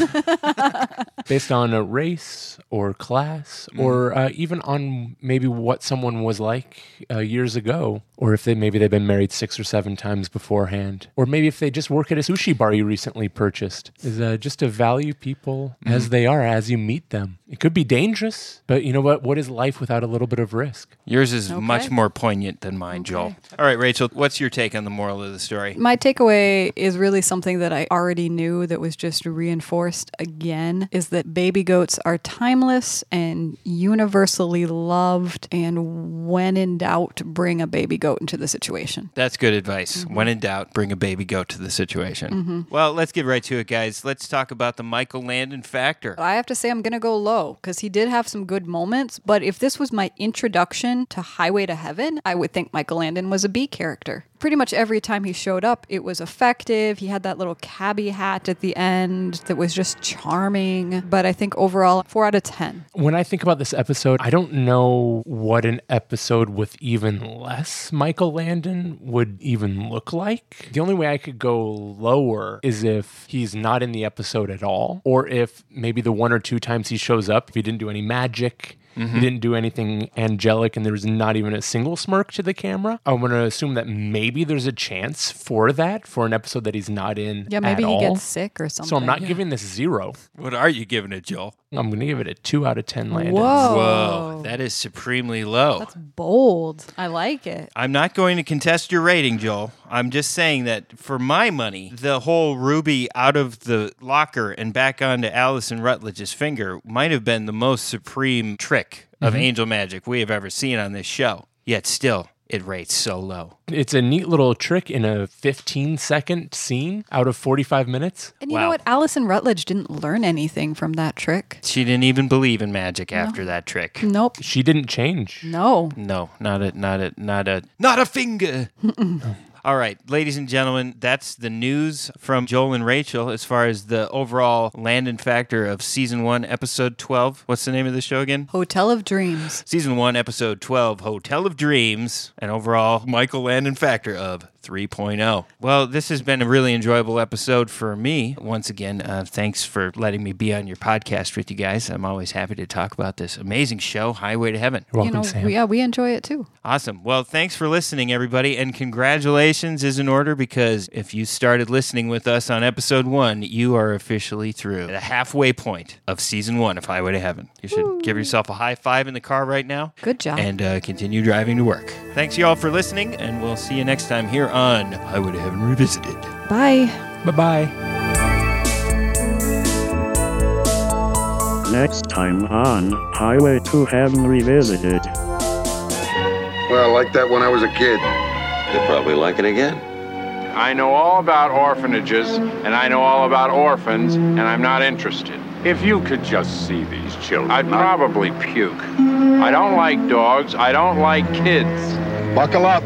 Based on a race or class, or uh, even on maybe what someone was like uh, years ago, or if they maybe they've been married six or seven times beforehand, or maybe if they just work at a sushi bar you recently purchased, is uh, just to value people as
Mhm.
they are as you meet them. It could be dangerous, but you know what? What is life without a little bit of risk?
Yours is
Okay.
much more poignant than mine, Joel. All right, Rachel, what's your take on the moral of the story?
My takeaway is really something that I already knew that was just reinforced again is that baby goats are timeless and universally loved. And when in doubt, bring a baby goat into the situation.
That's good advice. When in doubt, bring a baby goat to the situation. Mm-hmm. Well, let's get right to it, guys. Let's talk about the Michael Landon factor.
I have to say, I'm going to go low because he did have some good moments. But if this was my introduction to Highway to Heaven, I would think Michael Landon was a B character. Pretty much every time he showed up, it was effective. He had that little cabbie hat at the end that was just charming. But I think overall, four out of 10.
When I think about this episode, I don't know what an episode with even less Michael Landon would even look like. The only way I could go lower is if he's not in the episode at all, or if maybe the one or two times he shows up, he didn't do any magic. He
Mhm.
didn't do anything angelic, and there was not even a single smirk to the camera. I'm going to assume that maybe there's a chance for that for an episode that he's not in.
Yeah, maybe
at
he
all.
gets sick or
So I'm
something.
not
Yeah.
giving this zero.
What are you giving it, Joel?
I'm going to give it a two out of 10 Landon.
Whoa.
Oh.
Whoa, that is supremely low.
Bold. I like it.
I'm not going to contest your rating, Joel. I'm just saying that for my money, the whole Ruby out of the locker and back onto Allison Rutledge's finger might have been the most supreme trick of
Mhm.
angel magic we have ever seen on this show. Yet still, it rates so low.
It's a neat little trick in a 15 second scene out of 45 minutes.
And you know what? Allison Rutledge didn't learn anything from that trick.
She didn't even believe in magic after that trick.
Nope.
She didn't change.
No.
No, not a, not a, not a, not a finger. All right, ladies and gentlemen, that's the news from Joel and Rachel as far as the overall Landon factor of season one, episode 12. What's the name of the show again?
Hotel of Dreams.
Season one, episode 12, Hotel of Dreams, and overall Michael Landon factor of 3.0. Well, this has been a really enjoyable episode for me. Once again, uh, thanks for letting me be on your podcast with you guys. I'm always happy to talk about this amazing show, Highway to Heaven.
you know, we- yeah, we enjoy it too.
Awesome. Well, thanks for listening, everybody. And congratulations is in order because if you started listening with us on episode one, you are officially through the halfway point of season one of Highway to Heaven. You should give yourself a high five in the car right now.
Good job.
And uh, continue driving to work. Thanks, y'all, for listening. And we'll see you next time here on Highway to Heaven Revisited.
Bye.
Bye bye.
Next time on Highway to Heaven Revisited.
Well, I liked that when I was a kid.
You'll probably like it again.
I know all about orphanages, and I know all about orphans, and I'm not interested. If you could just see these children, I'd probably puke. I don't like dogs. I don't like kids. Buckle up.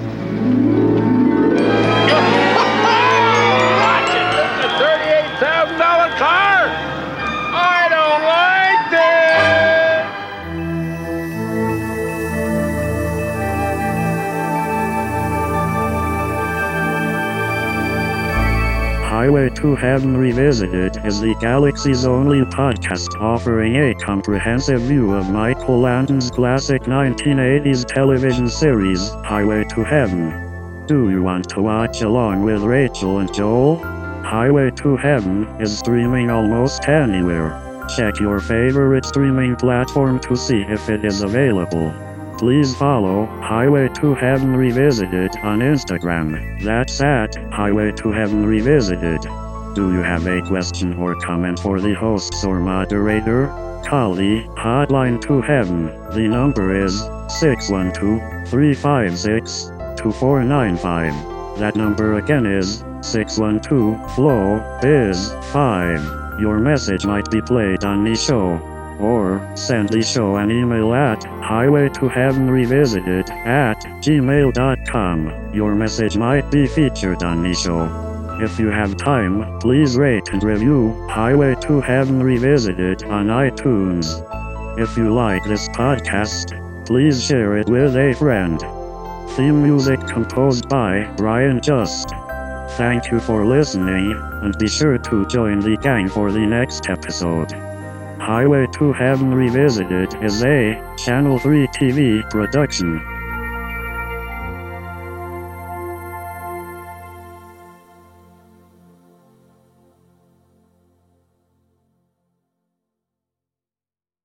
$38,000 car! I don't like this!
Highway to Heaven Revisited is the galaxy's only podcast offering a comprehensive view of Michael Landon's classic 1980s television series, Highway to Heaven. Do you want to watch along with Rachel and Joel? Highway to Heaven is streaming almost anywhere. Check your favorite streaming platform to see if it is available. Please follow Highway to Heaven Revisited on Instagram. That's at Highway to Heaven Revisited. Do you have a question or comment for the hosts or moderator? Call the Hotline to Heaven. The number is 612 356 2495. That number again is 612 Flow Biz 5. Your message might be played on the show or send the show an email at highway to heaven revisited at gmail.com. Your message might be featured on the show. If you have time, please rate and review Highway to Heaven Revisited on iTunes. If you like this podcast, please share it with a friend. Theme music composed by Brian Just. Thank you for listening, and be sure to join the gang for the next episode. Highway to Heaven Revisited is a Channel 3 TV production.